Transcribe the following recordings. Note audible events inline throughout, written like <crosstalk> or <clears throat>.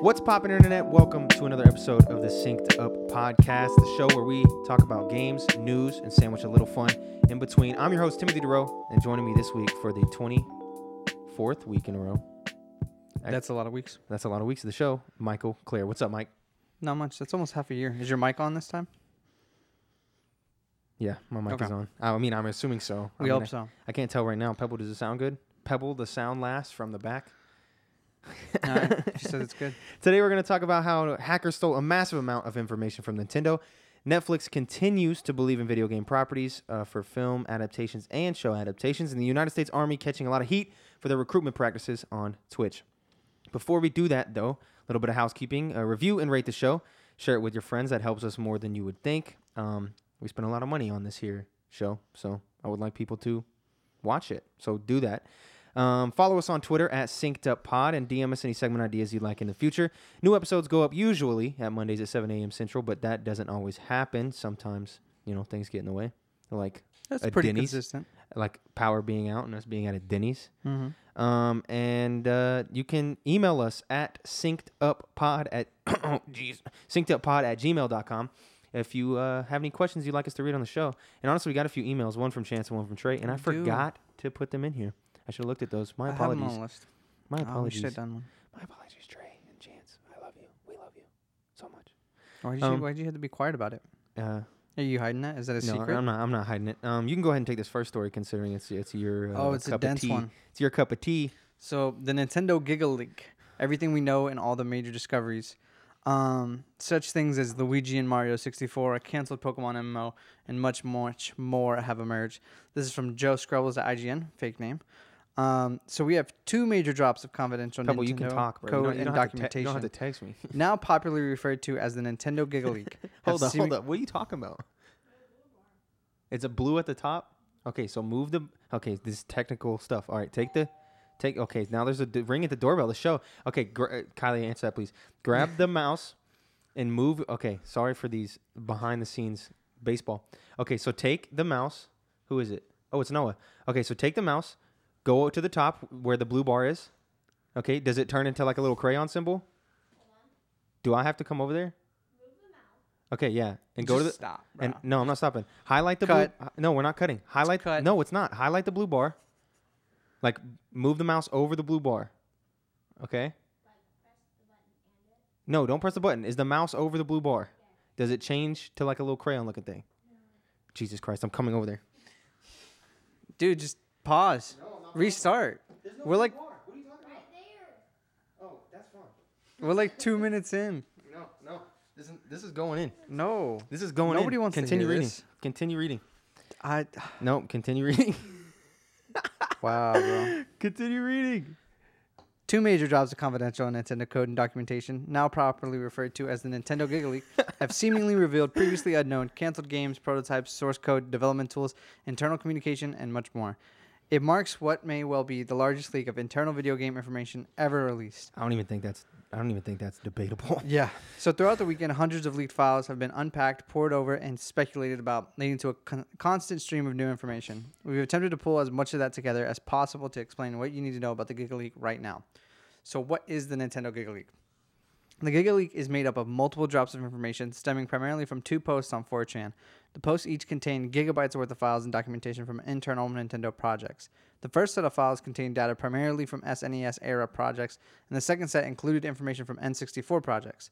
What's poppin', internet? Welcome to another episode of the Synced Up Podcast, the show where we talk about games, news, and sandwich a little fun in between. I'm your host Timothy DeRoe, and joining me this week for the 24th week in a row. That's a lot of weeks. That's a lot of weeks of the show. Michael, Claire, what's up, Mike? Not much. That's almost half a year. Is your mic on this time? Yeah, my mic is Okay. on. I mean, I'm assuming so. I We mean, hope so. <laughs> I can't tell right now. Pebble, does it sound good? Pebble, the sound last from the back. No, she says it's good. Today we're going to talk about how hackers stole a massive amount of information from Nintendo. Netflix continues to believe in video game properties uh, for film adaptations and show adaptations, and the United States Army catching a lot of heat for their recruitment practices on Twitch. Before we do that, though, a little bit of housekeeping: uh, review and rate the show, share it with your friends. That helps us more than you would think. Um, we spend a lot of money on this here show, so I would like people to watch it. So do that. Um, follow us on Twitter at Synced Up Pod and DM us any segment ideas you'd like in the future. New episodes go up usually at Mondays at 7 a.m. Central, but that doesn't always happen. Sometimes you know things get in the way, like That's A pretty Denny's? consistent. like power being out and us being at a Denny's. Mm-hmm. Um, and uh, you can email us at synceduppod at <coughs> oh, jeez, synceduppod at gmail.com if you uh, have any questions you'd like us to read on the show. And honestly, we got a few emails, one from Chance and one from Trey, and I We do. forgot to put them in here. I should have looked at those. My I have 'em on apologies. the list. My Oh, we apologies. should have done one. My apologies, Trey and Chance. I love you. We love you so much. Why did Um, you? Why did you have to be quiet about it? Uh, Are you hiding that? Is that a no, secret? I'm not. I'm not hiding it. Um, you can go ahead and take this first story, considering it's it's your uh, oh, it's a cup of dense tea. one. It's your cup of tea. So the Nintendo Giga Leak, everything we know and all the major discoveries, um, such things as Luigi and Mario 64, a canceled Pokemon MMO, and much, much more have emerged. This is from Joe Scrubbles at IGN, fake name. Um, so we have two major drops of confidential Pebble, Nintendo you can talk, bro. You code don't- you and don't have to te- you documentation, don't have to text <laughs> me. now popularly referred to as the Nintendo Giga Leak. <laughs> Hold have up, hold seri- up. What are you talking about? It's a blue at the top. Okay, so move the. Okay, this is technical stuff. All right, take the, take. Okay, now there's a d- ring at the doorbell. The show. Okay, gra- uh, Kylie, answer that please. Grab the mouse, and move. Okay, sorry for these behind the scenes baseball. Okay, so take the mouse. Who is it? Oh, it's Noah. Okay, so take the mouse, go to the top where the blue bar is. Okay, does it turn into like a little crayon symbol? Do I have to come over there? Okay, yeah, and go to Just the stop. Bro. and no, I'm not stopping. Highlight the Cut. blue. uh, No, we're not cutting. Highlight. cut. No, it's not. Highlight the blue bar. Like move the mouse over the blue bar. Okay. No, don't press the button. Is the mouse over the blue bar? Does it change to like a little crayon looking thing? Jesus Christ, I'm coming over there. Dude, just pause, restart. we're like Oh, that's fine. we're like two minutes in. No, no. This is, this is going in. No, This is going in. Nobody wants to continue hear reading. this. Continue reading. I. <sighs> No, continue reading. <laughs> Wow, bro. continue reading. Two major jobs of confidential Nintendo code and documentation, now properly referred to as the Nintendo Giga Leak, have seemingly revealed previously unknown canceled games, prototypes, source code, development tools, internal communication, and much more. It marks what may well be the largest leak of internal video game information ever released. I don't even think that's. I don't even think that's debatable. <laughs> Yeah. So throughout the weekend, hundreds of leaked files have been unpacked, poured over, and speculated about, leading to a con- constant stream of new information. We've attempted to pull as much of that together as possible to explain what you need to know about the Giga Leak right now. So, what is the Nintendo Giga Leak? The Giga Leak is made up of multiple drops of information stemming primarily from two posts on 4chan. The posts each contain gigabytes worth of files and documentation from internal Nintendo projects. The first set of files contained data primarily from SNES era projects, and the second set included information from N64 projects.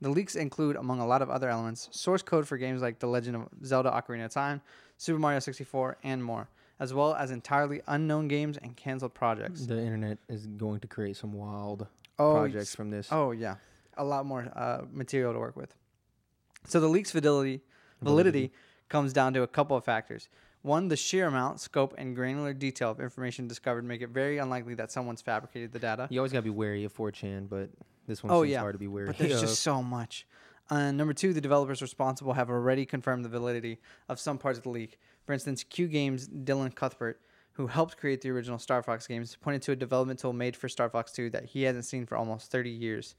The leaks include, among a lot of other elements, source code for games like The Legend of Zelda Ocarina of Time, Super Mario 64, and more, as well as entirely unknown games and canceled projects. The internet is going to create some wild Oh, projects s- from this. Oh yeah, a lot more uh, material to work with. So the leak's fidelity validity comes down to a couple of factors. One, the sheer amount, scope, and granular detail of information discovered make it very unlikely that someone's fabricated the data. You always gotta be wary of 4chan, but this one Oh, seems yeah. hard to be wary But there's of. just so much. Uh, number two, the developers responsible have already confirmed the validity of some parts of the leak. For instance, Q Games' Dylan Cuthbert, who helped create the original Star Fox games, pointed to a development tool made for Star Fox 2 that he hasn't seen for almost 30 years.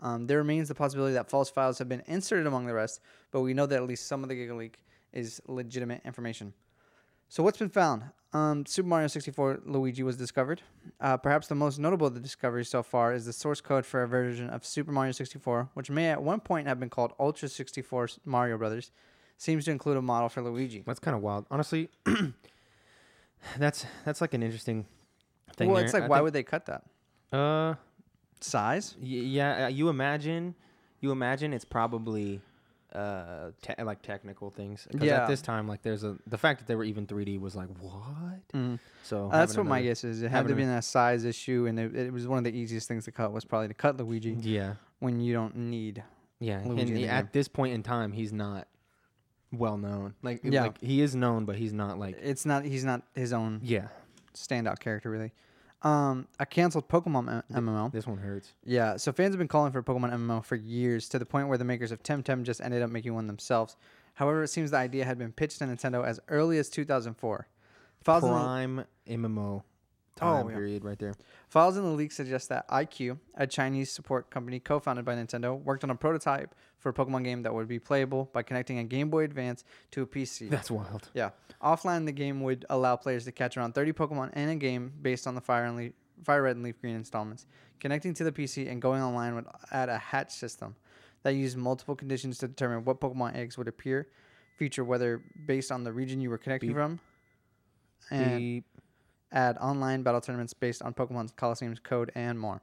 Um, there remains the possibility that false files have been inserted among the rest, but we know that at least some of the Giga Leak is legitimate information. So what's been found? um, Super Mario 64 Luigi was discovered. Uh, perhaps the most notable of the discoveries so far is the source code for a version of Super Mario 64, which may at one point have been called Ultra 64 Mario Brothers, seems to include a model for Luigi. <laughs> That's kind of wild, honestly. <clears throat> that's that's like an interesting thing. well, there. it's like, I why think- would they cut that? uh Size? y- yeah uh, you imagine you imagine it's probably uh te- like technical things 'Cause Yeah. at this time like there's a the fact that they were even 3D was like what so Uh, that's what having Mm. my another- guess is. It had to having be a size issue, and it, it was one of the easiest things to cut was probably to cut Luigi yeah when you don't need. yeah Luigi in and the game. at this point in time he's not well known like Yeah. Eh. like he is known but he's not like It's not. He's not his own yeah standout character really. Um, a canceled Pokemon M- MMO. this one hurts Yeah, so fans have been calling for a Pokemon MMO for years to the point where the makers of Temtem just ended up making one themselves. However, it seems the idea had been pitched to Nintendo as early as 2004. Files in, the, prime MMO time yeah. period right there files in the leak suggest that IQ, a Chinese support company co-founded by Nintendo, worked on a prototype for a Pokemon game that would be playable by connecting a Game Boy Advance to <laughs> a PC. that's wild Yeah. Offline, the game would allow players to catch around 30 Pokemon in a game based on the Fire and Leaf, Fire Red and Leaf Green installments. Connecting to the PC and going online would add a hatch system that used multiple conditions to determine what Pokemon eggs would appear, feature whether based on the region you were connecting Beep. from, and Beep. add online battle tournaments based on Pokemon's Coliseum's code and more.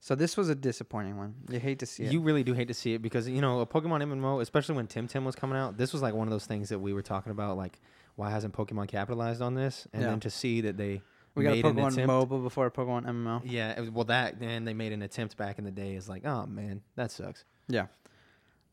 So this was a disappointing one. You hate to see it. You really do hate to see it because you know a Pokemon MMO, especially when Tim Tim was coming out. This was like one of those things that we were talking about, like why hasn't Pokemon capitalized on this? And Yeah. then to see that they we got a made an Pokemon attempt- MOBA before a Pokemon MMO. Yeah, it was- well that and they made an attempt back in the day is like, oh man, that sucks. Yeah.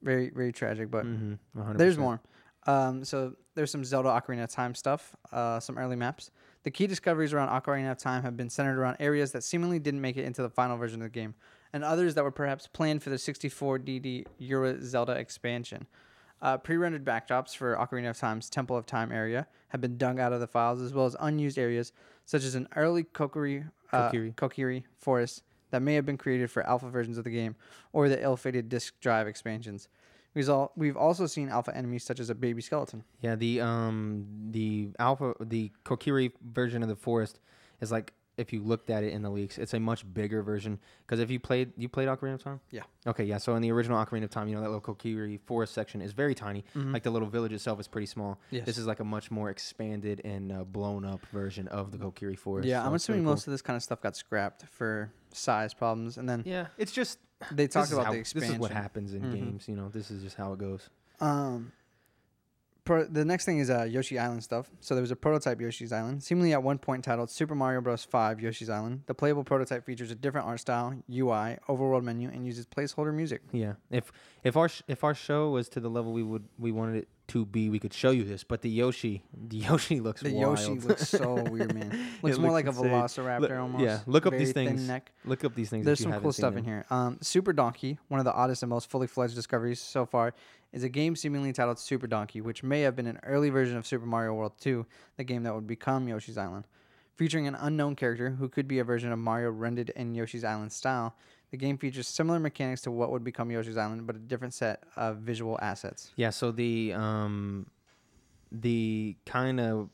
Very very tragic, but Mm-hmm, There's more. Um, so there's some Zelda Ocarina of Time stuff, uh, some early maps. The key discoveries around Ocarina of Time have been centered around areas that seemingly didn't make it into the final version of the game, and others that were perhaps planned for the 64 DD Euro Zelda expansion. Uh, pre-rendered backdrops for Ocarina of Time's Temple of Time area have been dug out of the files, as well as unused areas such as an early Kokiri, uh, Kokiri. Kokiri forest that may have been created for alpha versions of the game or the ill-fated disk drive expansions. We've al- We've also seen alpha enemies such as a baby skeleton. Yeah, the um the alpha the Kokiri version of the forest is like if you looked at it in the leaks, it's a much bigger version because if you played you played Ocarina of Time? Yeah. Okay, yeah. So in the original Ocarina of Time, you know that little Kokiri forest section is very tiny. Like the little village itself is pretty small. Mm-hmm. Yes. This is like a much more expanded and uh, blown up version of the Kokiri forest. yeah, so I'm it's really assuming cool. most of this kind of stuff got scrapped for size problems, and then Yeah, it's just they this talked is about how- the expansion. This is what happens in Mhm. games. You know, this is just how it goes. Um, pro- the next thing is uh, Yoshi Island stuff. So there was a prototype Yoshi's Island, seemingly at one point titled Super Mario Bros. 5 Yoshi's Island. The playable prototype features a different art style, UI, overworld menu, and uses placeholder music. Yeah. If if our sh- if our show was to the level we would we wanted it to be, we could show you this. But the Yoshi, the <laughs> Yoshi looks The wild. Yoshi looks so weird, man. Looks It more looks like a insane. velociraptor Look- almost. Yeah. Look up Very these Thin things. neck. <laughs> Look up these things. There's some cool stuff in here. Um, Super Donkey, one of the oddest and most fully fledged discoveries so far, is a game seemingly titled Super Donkey, which may have been an early version of Super Mario World 2, the game that would become Yoshi's Island. Featuring an unknown character who could be a version of Mario rendered in Yoshi's Island style, the game features similar mechanics to what would become Yoshi's Island, but a different set of visual assets. Yeah, so the um the kind of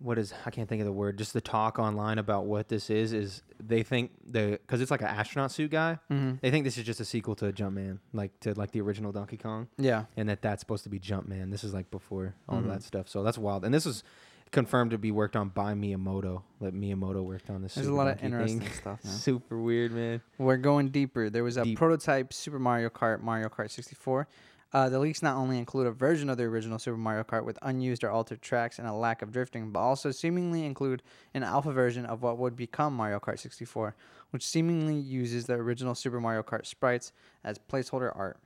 what is I can't think of the word, just the talk online about what this is is they think the cuz it's like an astronaut suit guy. They think this is just a sequel to Jumpman, like to like the original Donkey Kong Yeah. and that that's supposed to be Jumpman. This is like before all Mm-hmm. that stuff. So that's wild. And this is confirmed to be worked on by Miyamoto. Like Miyamoto worked on this. There's a Super lot of Donkey thing. interesting <laughs> stuff, man. Super weird, man. We're going deeper. There was a Deep. prototype Super Mario Kart, Mario Kart 64. Uh, the leaks not only include a version of the original Super Mario Kart with unused or altered tracks and a lack of drifting, but also seemingly include an alpha version of what would become Mario Kart 64, which seemingly uses the original Super Mario Kart sprites as placeholder art.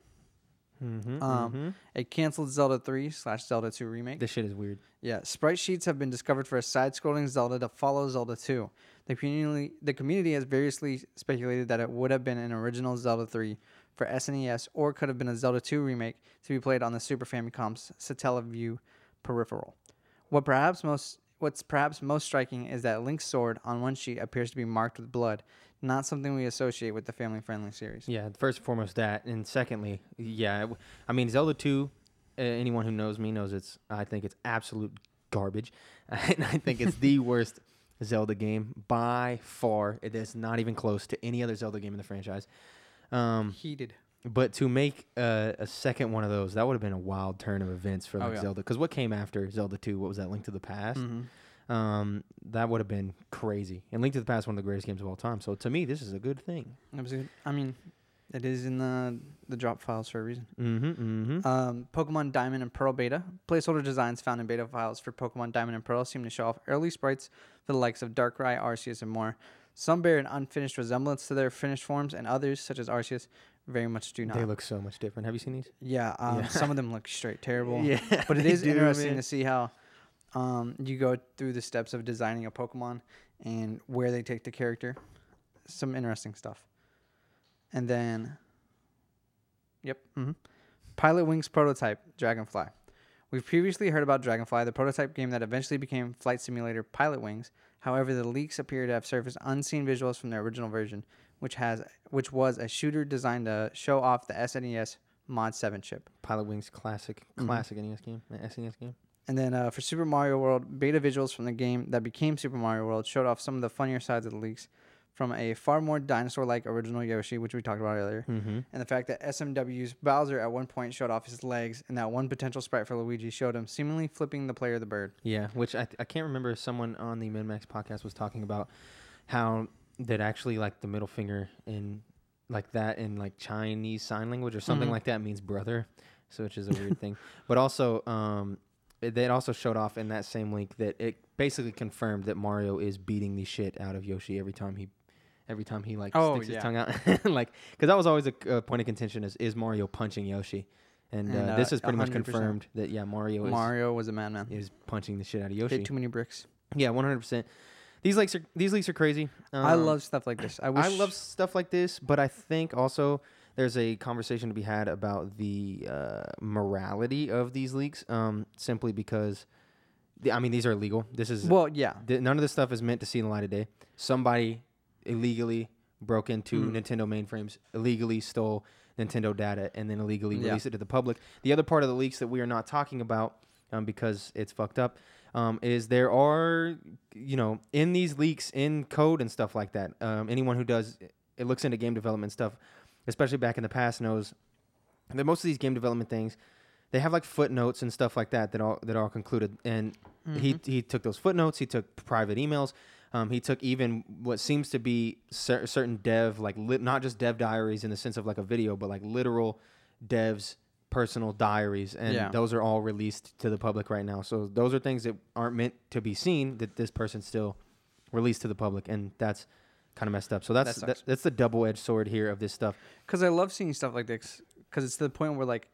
Mhm, Um, mhm. A canceled Zelda 3 slash Zelda 2 remake. This shit is weird. Yeah, sprite sheets have been discovered for a side-scrolling Zelda to follow Zelda 2. The community, the community has variously speculated that it would have been an original Zelda 3 for SNES, or could have been a Zelda 2 remake to be played on the Super Famicom's Satellaview peripheral. What perhaps most What's perhaps most striking is that Link's sword on one sheet appears to be marked with blood, not something we associate with the family-friendly series. Yeah, first and foremost that, and secondly, yeah, it w- I mean Zelda two. uh, Anyone who knows me knows it's. I think it's absolute garbage. <laughs> And I think it's <laughs> the worst Zelda game by far. It is not even close to any other Zelda game in the franchise. Um, Heated. but to make uh, a second one of those, that would have been a wild turn of events for Oh, like yeah. Zelda. Because what came after Zelda 2? What was that, Link to the Past? Mhm. Um, that would have been crazy. And Link to the Past, one of the greatest games of all time. So to me, this is a good thing. That was good. I mean, it is in the the drop files for a reason. Mm-hmm, mm-hmm. Um, Pokemon Diamond and Pearl beta placeholder designs found in beta files for Pokemon Diamond and Pearl seem to show off early sprites for the likes of Darkrai, Arceus, and more. Some bear an unfinished resemblance to their finished forms, and others, such as Arceus, very much do not. They look so much different. Have you seen these? yeah, um, Yeah. <laughs> some of them look straight terrible. Yeah, <laughs> but it <laughs> they is do, interesting man. to see how um, you go through the steps of designing a Pokemon and where they take the character. Some interesting stuff. And then, yep, hmm Pilot Wings prototype Dragonfly. We've previously heard about Dragonfly, the prototype game that eventually became flight simulator Pilot Wings. However, the leaks appear to have surfaced unseen visuals from the original version, which has which was a shooter designed to show off the SNES Mod 7 chip. Pilot Wings classic, Mm-hmm. classic NES game, uh, SNES game. And then uh, for Super Mario World, beta visuals from the game that became Super Mario World showed off some of the funnier sides of the leaks from a far more dinosaur like original Yoshi, which we talked about earlier, Mm-hmm. and the fact that SMW's Bowser at one point showed off his legs, and that one potential sprite for Luigi showed him seemingly flipping the player the bird. Yeah, which I, th- I can't remember. if Someone on the MinMax podcast was talking about how that actually like the middle finger in like that in like Chinese sign language or something Mhm. like that means brother, so which is a weird thing. But also, um, it, they also showed off in that same link that it basically confirmed that Mario is beating the shit out of Yoshi every time he. Every time he like Oh, sticks yeah. his tongue out, <laughs> like because that was always a c- uh, point of contention is is Mario punching Yoshi, and, And, uh, uh, this is pretty much 100%. confirmed that yeah Mario is Mario was a madman. is punching the shit out of Hit Yoshi. too many bricks. Yeah, one hundred percent. These leaks are these leaks are crazy. I Um, love stuff like this. I wish I love stuff like this, but I think also there's a conversation to be had about the uh, morality of these leaks. Um, simply because, the, I mean, these are illegal. This is Well, yeah. th- none of this stuff is meant to see the light of day. Somebody illegally broke into Mhm. Nintendo mainframes, illegally stole Nintendo data, and then illegally Yeah. released it to the public. The other part of the leaks that we are not talking about um, because it's fucked up um, is there are, you know, in these leaks, in code and stuff like that, um, anyone who does it looks into game development stuff, especially back in the past, knows that most of these game development things, they have like footnotes and stuff like that that all that are concluded. And he Mm-hmm. he took those footnotes. He took private emails. Um, he took even what seems to be cer- certain dev like lit not just dev diaries in the sense of like a video, but like literal devs personal diaries and Yeah. those are all released to the public right now so those are things that aren't meant to be seen that this person still released to the public and that's kind of messed up so that's That that sucks. that's the double-edged sword here of this stuff Because I love seeing stuff like this. Because it's to the point where like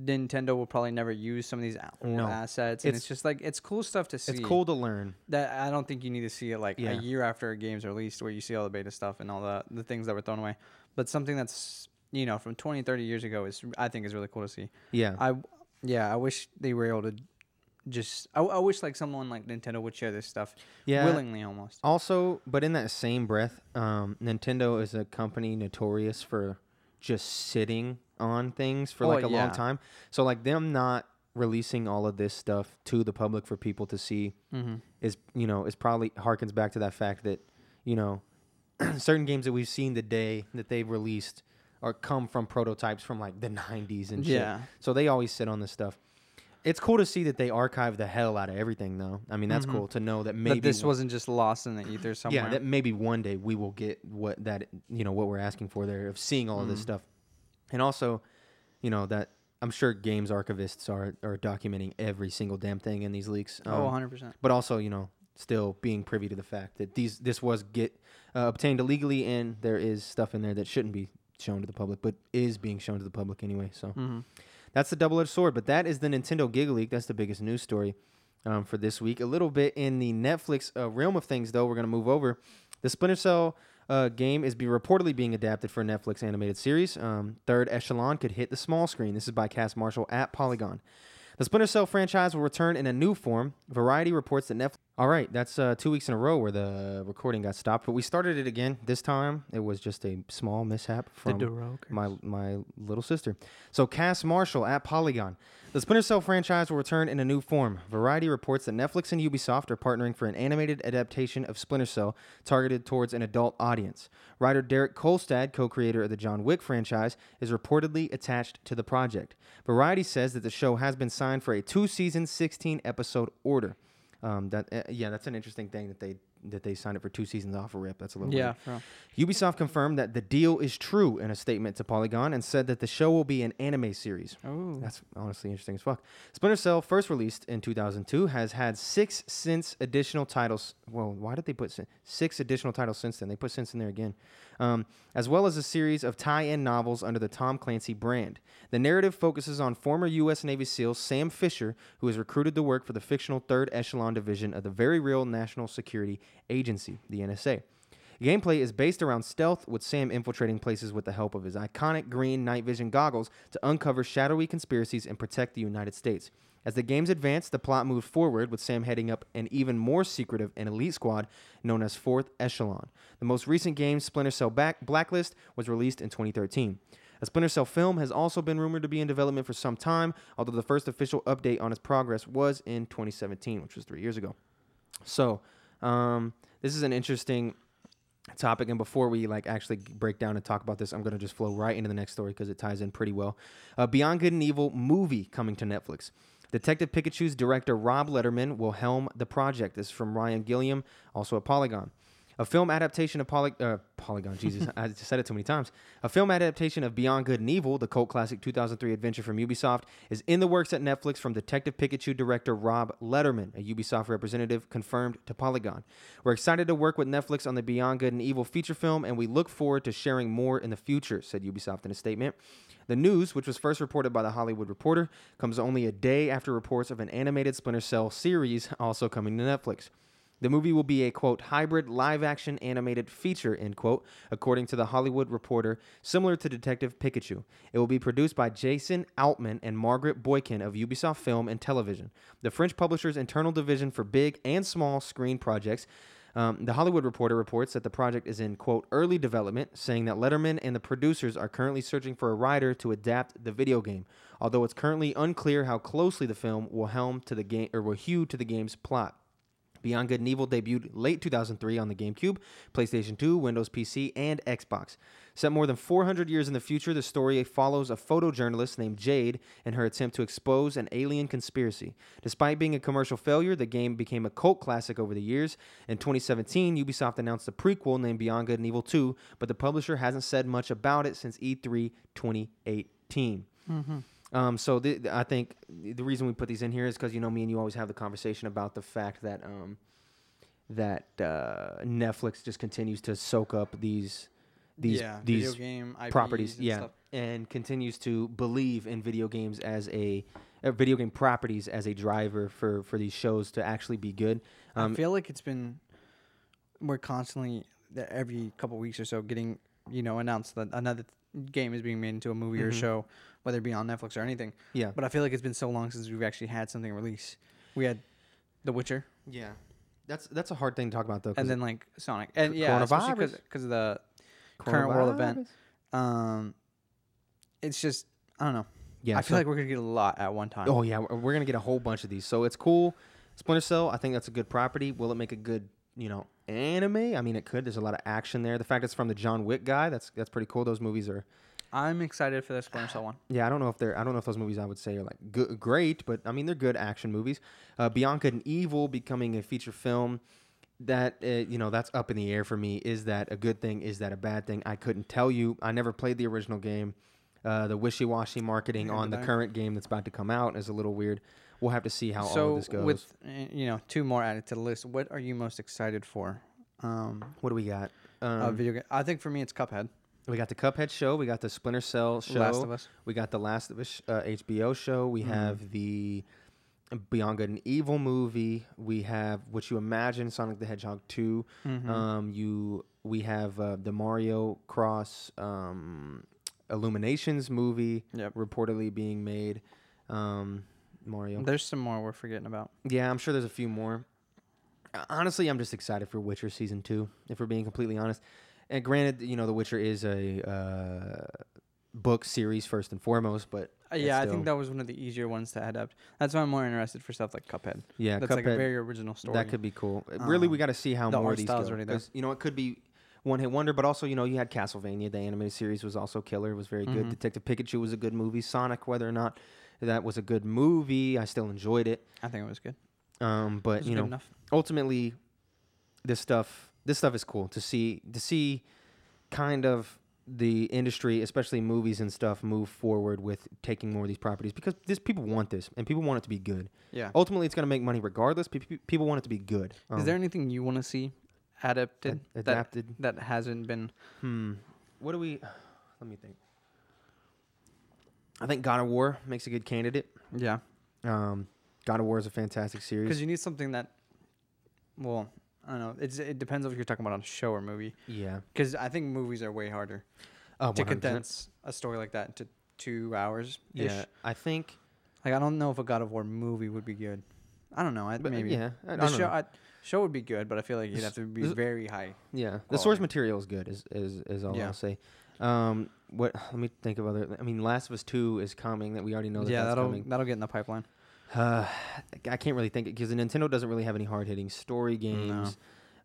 Nintendo will probably never use some of these a- old No. assets, and it's, It's- just like it's cool stuff to see. it's cool to learn that I don't think you need to see it like Yeah. a year after a game's released, where you see all the beta stuff and all the the things that were thrown away. But something that's you know from 20, 30 years ago is I think is really cool to see. yeah I yeah, I wish they were able to just I, I wish like someone like Nintendo would share this stuff Yeah. willingly almost. Also, but in that same breath, um, Nintendo is a company notorious for just sitting on things for Oh, like a yeah. long time. So like them not releasing all of this stuff to the public for people to see Mhm. is you know is probably harkens back to that fact that you know <clears throat> certain games that we've seen the day that they've released are come from prototypes from like the 90s and shit. Yeah. So they always sit on this stuff. It's cool to see that they archive the hell out of everything though. I mean, that's cool to know that maybe Mm-hmm. That this one- wasn't just lost in the ether somewhere. yeah, that maybe one day we will get what that you know what we're asking for there of seeing all of Mm-hmm. this stuff, and also, you know that I'm sure games archivists are are documenting every single damn thing in these leaks. oh, um, 100 percent. but also you know still being privy to the fact that these this was get uh, obtained illegally and there is stuff in there that shouldn't be shown to the public but is being shown to the public anyway. So that's the double edged sword. But that is the Nintendo Giga Leak. That's the biggest news story um, for this week. A little bit in the Netflix uh, realm of things, though, we're going to move over. The Splinter Cell uh, game is be reportedly being adapted for a Netflix animated series. Um, Third Echelon could hit the small screen. This is by Cass Marshall at Polygon. The Splinter Cell franchise will return in a new form. Variety reports that Netflix All right, that's uh, two weeks in a row where the recording got stopped, but we started it again. This time, it was just a small mishap from my my little sister. So Cass Marshall at Polygon. The Splinter Cell franchise will return in a new form. Variety reports that Netflix and Ubisoft are partnering for an animated adaptation of Splinter Cell targeted towards an adult audience. Writer Derek Kolstad, co-creator of the John Wick franchise, is reportedly attached to the project. Variety says that the show has been signed for a two-season, 16-episode order. Um, that uh, yeah, that's an interesting thing that they that they signed it for two seasons off a rip. That's a little Yeah. weird. bro. Ubisoft confirmed that the deal is true in a statement to Polygon and said that the show will be an anime series. Oh. That's honestly interesting as fuck. Splinter Cell, first released in 2002, has had six since additional titles. Well, why did they put sin- six additional titles since then? They put since in there again, um, as well as a series of tie-in novels under the Tom Clancy brand. The narrative focuses on former U.S. Navy SEAL Sam Fisher, who is recruited to work for the fictional Third Echelon Division of the very real National Security Agency, the NSA. Gameplay is based around stealth, with Sam infiltrating places with the help of his iconic green night vision goggles to uncover shadowy conspiracies and protect the United States. As the games advance, the plot moves forward, with Sam heading up an even more secretive and elite squad known as Fourth Echelon. The most recent game, Splinter Cell Back- Blacklist, was released in 2013. A Splinter Cell film has also been rumored to be in development for some time, although the first official update on its progress was in 2017, which was three years ago. So, um, this is an interesting topic and before we like actually g- break down and talk about this i'm going to just flow right into the next story because it ties in pretty well uh, beyond good and evil movie coming to netflix detective pikachu's director rob letterman will helm the project this is from ryan gilliam also at polygon a film adaptation of Poly- uh, Polygon, Jesus, <laughs> I just said it too many times. A film adaptation of Beyond Good and Evil, the cult classic 2003 adventure from Ubisoft, is in the works at Netflix from Detective Pikachu director Rob Letterman, a Ubisoft representative confirmed to Polygon. We're excited to work with Netflix on the Beyond Good and Evil feature film, and we look forward to sharing more in the future, said Ubisoft in a statement. The news, which was first reported by The Hollywood Reporter, comes only a day after reports of an animated Splinter Cell series also coming to Netflix. The movie will be a quote hybrid live action animated feature end quote, according to the Hollywood Reporter, similar to Detective Pikachu. It will be produced by Jason Altman and Margaret Boykin of Ubisoft Film and Television, the French publisher's internal division for big and small screen projects. Um, the Hollywood Reporter reports that the project is in quote early development, saying that Letterman and the producers are currently searching for a writer to adapt the video game. Although it's currently unclear how closely the film will helm to the game or will hew to the game's plot. Beyond Good and Evil debuted late 2003 on the GameCube, PlayStation 2, Windows PC, and Xbox. Set more than 400 years in the future, the story follows a photojournalist named Jade in her attempt to expose an alien conspiracy. Despite being a commercial failure, the game became a cult classic over the years. In 2017, Ubisoft announced a prequel named Beyond Good and Evil 2, but the publisher hasn't said much about it since E E3 2018. Um, so the, the- I think the reason we put these in here is because you know me and you always have the conversation about the fact that um, that uh, Netflix just continues to soak up these these yeah, video these game IPs properties, and yeah, stuff. and continues to believe in video games as a uh, video game properties as a driver for for these shows to actually be good. I Um, feel like it's been we're constantly th- every couple weeks or so getting you know announced that another th- game is being made into a movie or Mhm. show, whether it be on Netflix or anything. yeah, But I feel like it's been so long since we've actually had something release. We had The Witcher, yeah, that's that's a hard thing to talk about though. Oh, 'cause and then like Sonic, and yeah, coronavirus. because of the current world event. coronavirus. um, it's just I don't know. Yeah, I so- feel like we're gonna get a lot at one time. Oh yeah, we're we're gonna get a whole bunch of these. So it's cool. Splinter Cell, I think that's a good property. Will it make a good, you know, anime? I mean, it could. There's a lot of action there. The fact it's from the John Wick guy, that's that's pretty cool. Those movies are. I'm excited for this Splinter Cell one. Yeah, I don't know if they're. I don't know if those movies I would say are like good, great, but I mean they're good action movies. Uh, Bianca and Evil becoming a feature film. That uh, you know that's up in the air for me. Is that a good thing? Is that a bad thing? I couldn't tell you. I never played the original game. Uh, the wishy-washy marketing Neither on the did I. current game that's about to come out is a little weird. We'll have to see how all of so this goes. with uh, you know two more added to the list, what are you most excited for? Um, What do we got? uh, Um, video game. I think for me, it's Cuphead. we got the Cuphead show. We got the Splinter Cell show. Last of Us. We got the Last of Us sh- uh, HBO show. We have the Beyond Good and Evil movie. We have what you imagine Sonic the Hedgehog 2 Um, you we have uh, the Mario Cross um, Illuminations movie Yep. reportedly being made. Um, Mario. There's some more we're forgetting about. Yeah, I'm sure there's a few more. Uh, honestly, I'm just excited for Witcher season two. If we're being completely honest, and granted, you know, The Witcher is a uh, book series first and foremost, but Uh, yeah, I still- think that was one of the easier ones to adapt. That's why I'm more interested for stuff like Cuphead. yeah, That's like a Cuphead- very original story. That could be cool. Uh, really, we Um, got to see how the more art of these style's go. already there. 'cause, You know, it could be one hit wonder, but also you know you had Castlevania, the animated series was also killer, was very good. Mhm. Detective Pikachu was a good movie. Sonic, whether or not that was a good movie, I still enjoyed it. I think it was good. Um, It but was you good know, enough. ultimately, this stuff this stuff is cool to see to see kind of the industry, especially movies and stuff, move forward with taking more of these properties because this people want this and people want it to be good. Yeah. Ultimately, it's going to make money regardless. Pe- pe- People want it to be good. Is Um, there anything you want to see adapted Ad- that adapted. that hasn't been? Hmm. What do we? <sighs> Let me think. I think God of War makes a good candidate. Yeah. Um, God of War is a fantastic series. Because you need something that, well, I don't know. It's it depends if you're talking about on a show or movie. Yeah. Oh, Because I think movies are way harder Uh, to 100%. condense a story like that into two hours. Yeah. I think. Like I don't know if a God of War movie would be good. I don't know. I, But, Uh, uh, maybe. Yeah. I, I The don't show know. I, show would be good, but I feel like you'd This- have to be this- very high. yeah. The source quality. material is good. Is is is all Yeah. I'll say. Um. What? Let me think of other. I mean, Last of Us Two is coming. That we already know. That yeah, that's that'll coming. that'll get in the pipeline. Uh, I can't really think because Nintendo doesn't really have any hard hitting story games.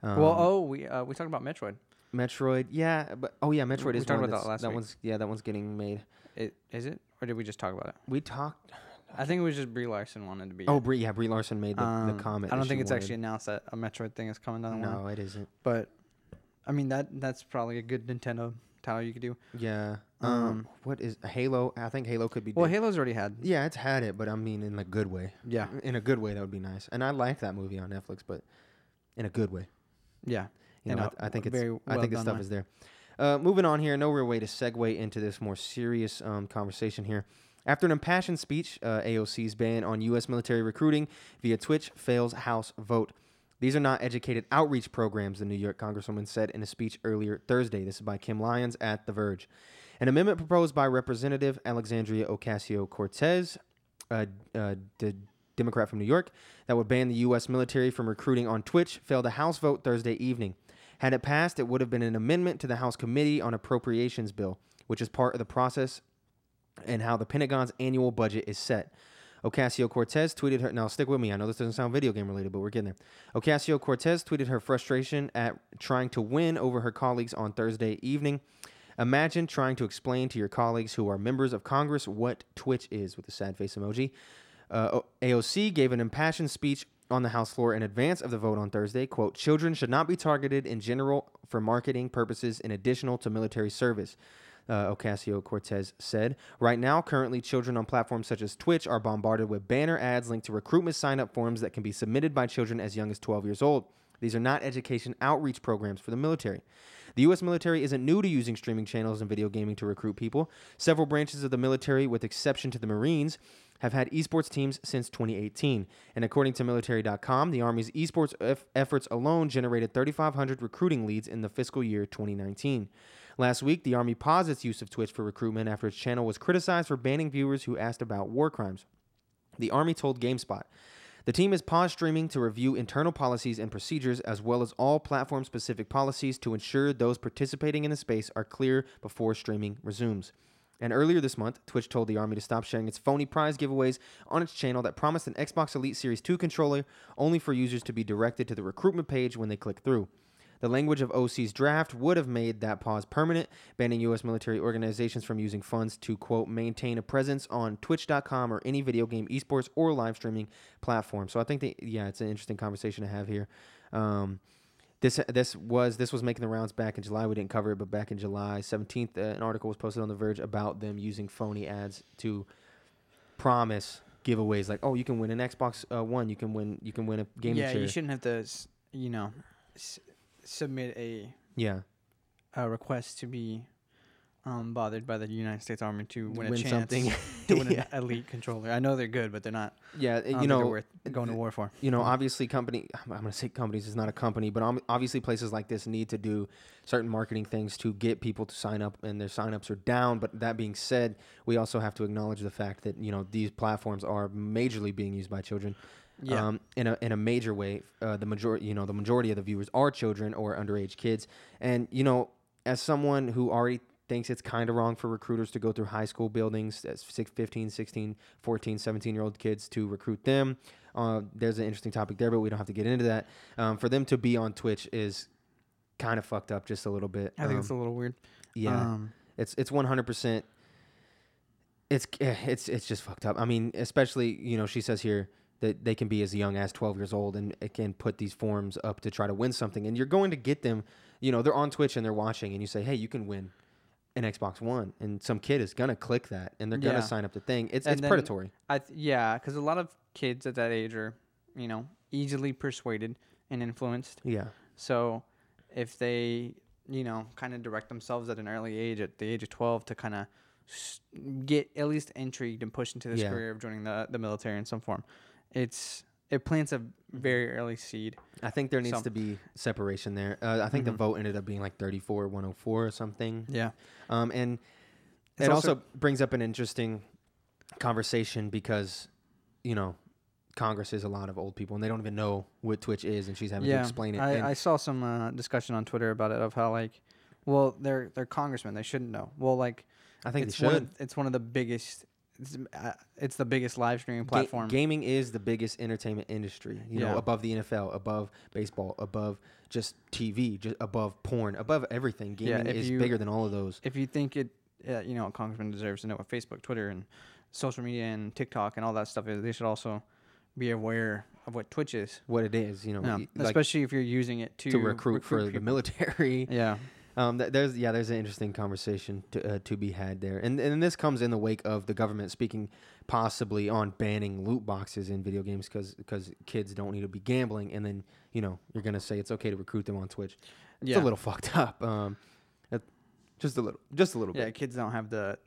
Um, well, oh, we uh, we talked about Metroid. Metroid, yeah, but oh yeah, Metroid we is talked one about that's- that last that week. one's yeah, that one's getting made. It, is it, or did we just talk about it? We talked I think it was just Brie Larson wanted to be. Oh, it. Brie, yeah, Brie Larson made the, Um, the comment. I that don't she think it's wanted. actually announced that a Metroid thing is coming down the line, No, it isn't. but I mean that that's probably a good Nintendo title you could do. Yeah. Um, Um, what is Halo? I think Halo could be. Well, dead. Halo's already had. yeah, it's had it, but I mean in a good way. Yeah, In a good way, that would be nice. And I like that movie on Netflix, but in a good way. yeah. You In know, I a th- I think it's. I very well think this done stuff way. is there. Uh, moving on here, no real way to segue into this more serious um, conversation here. After an impassioned speech, uh, AOC's ban on U.S. military recruiting via Twitch fails House vote. These are not educated outreach programs, the New York Congresswoman said in a speech earlier Thursday. This is by Kim Lyons at The Verge. An amendment proposed by Representative Alexandria Ocasio Cortez, uh, uh, the Democrat from New York, that would ban the U.S. military from recruiting on Twitch failed a House vote Thursday evening. Had it passed, it would have been an amendment to the House Committee on Appropriations Bill, which is part of the process and how the Pentagon's annual budget is set. Ocasio Cortez tweeted her. Now, stick with me. I know this doesn't sound video game related, but we're getting there. Ocasio Cortez tweeted her frustration at trying to win over her colleagues on Thursday evening. Imagine trying to explain to your colleagues who are members of Congress what Twitch is with a sad face emoji. Uh, O- AOC gave an impassioned speech on the House floor in advance of the vote on Thursday. Quote, children should not be targeted in general for marketing purposes in additional to military service uh, Ocasio Cortez said. Right now, currently, children on platforms such as Twitch are bombarded with banner ads linked to recruitment sign up forms that can be submitted by children as young as 12 years old. These are not education outreach programs for the military. The U.S. military isn't new to using streaming channels and video gaming to recruit people. Several branches of the military, with exception to the Marines, have had esports teams since 2018. And according to military.com, the Army's esports eff- efforts alone generated 3,500 recruiting leads in the fiscal year 2019. Last week, the Army paused its use of Twitch for recruitment after its channel was criticized for banning viewers who asked about war crimes. The Army told GameSpot. The team has paused streaming to review internal policies and procedures, as well as all platform specific policies to ensure those participating in the space are clear before streaming resumes. And earlier this month, Twitch told the Army to stop sharing its phony prize giveaways on its channel that promised an Xbox Elite Series 2 controller only for users to be directed to the recruitment page when they click through. The language of OC's draft would have made that pause permanent, banning U.S. military organizations from using funds to, quote, maintain a presence on Twitch.com or any video game, esports, or live streaming platform. So I think that, yeah, it's an interesting conversation to have here. Um, this this was this was making the rounds back in July. We didn't cover it, but back in July 17th, uh, an article was posted on The Verge about them using phony ads to promise giveaways like, oh, you can win an Xbox uh, One, you can win, you can win a gaming yeah, chair. you shouldn't have to, s- you know, s- submit a, yeah, a request to be um, bothered by the United States Army to win, a Win chance something. <laughs> to win <laughs> Yeah. an elite controller. I know they're good, but they're not. yeah. I don't you think they're know, worth going to war for. you know, Mm. obviously, company. I'm going to say companies is not a company, but om- obviously, places like this need to do certain marketing things to get people to sign up, and their signups are down. But that being said, we also have to acknowledge the fact that you know these platforms are majorly being used by children. Yeah. um, in a in a major way. Uh, the majority, you know, the majority of the viewers are children or underage kids, and you know, as someone who already thinks it's kind of wrong for recruiters to go through high school buildings as six- 15 16 14 17 year old kids to recruit them uh, there's an interesting topic there but we don't have to get into that um, for them to be on twitch is kind of fucked up just a little bit I think Um, it's a little weird. yeah Um, it's it's one hundred percent. It's eh, it's it's just fucked up. I mean, especially you know she says here that they can be as young as twelve years old and it can put these forms up to try to win something, and you're going to get them. You know, they're on Twitch and they're watching, and you say, hey, you can win an Xbox One, and some kid is gonna click that and they're gonna Yeah. sign up the thing. It's And it's then- predatory. I th- yeah, because a lot of kids at that age are, you know, easily persuaded and influenced. Yeah, So if they, you know, kind of direct themselves at an early age, at the age of 12, to kind of s- get at least intrigued and pushed into this Yeah. career of joining the, the military in some form, it's it plants a very early seed. I think there needs Some- Mm-hmm. to be separation there. Uh, I think the vote ended up being like 34, 104 or something. Yeah. Um, and It's it also- also, brings up an interesting conversation because, you know, Congress is a lot of old people and they don't even know what Twitch is, and she's having to yeah. explain it. and I, I saw some uh, discussion on Twitter about it of how, like, well, they're, they're congressmen. They shouldn't know. Well, like, I think they it's should. one of, it's one of the biggest. It's, uh, it's the biggest live streaming Ga- platform. gaming is the biggest entertainment industry. You Yeah. know, above the NFL, above baseball, above just TV, just above porn, above everything. Yeah, Gaming if is you- bigger than all of those. if you think it, uh, you know, a congressman deserves to know what Facebook, Twitter, and social media and TikTok and all that stuff is, they should also be aware of what Twitch is. What it is, you know, Yeah, y- like especially if you're using it to, to recruit, for the people. military. <laughs> Yeah, Um, th- there's yeah, there's an interesting conversation to, uh, to be had there, and and this comes in the wake of the government speaking possibly on banning loot boxes in video games because kids don't need to be gambling, and then you know you're gonna say it's okay to recruit them on Twitch. It's Yeah. a little <laughs> fucked up. Um, it- just a little, just a little yeah. bit. Kids don't have the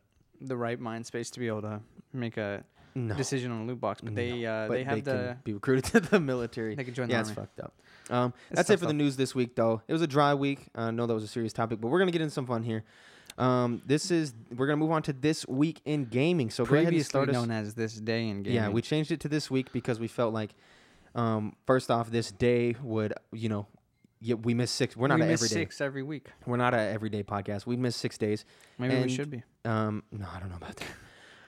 the right mind space to be able to make a No, decision on a loot box, but they uh, but they have the can be recruited <laughs> to the military. they can join the yeah, it's army. fucked up. Um, It's that's it tough for the stuff. news this week, though. It was a dry week. Uh, I know that was a serious topic, but we're gonna get into some fun here. Um, this is we're gonna move on to this week in gaming. So go ahead and Previously start us. known as this day in gaming. Yeah, we changed it to this week because we felt like, um, first off, this day would you know, yeah, we miss six. We're not we a miss everyday. six every week. We're not a everyday podcast. We miss six days. Maybe we And- should be. Um, no, I don't know about that. <laughs>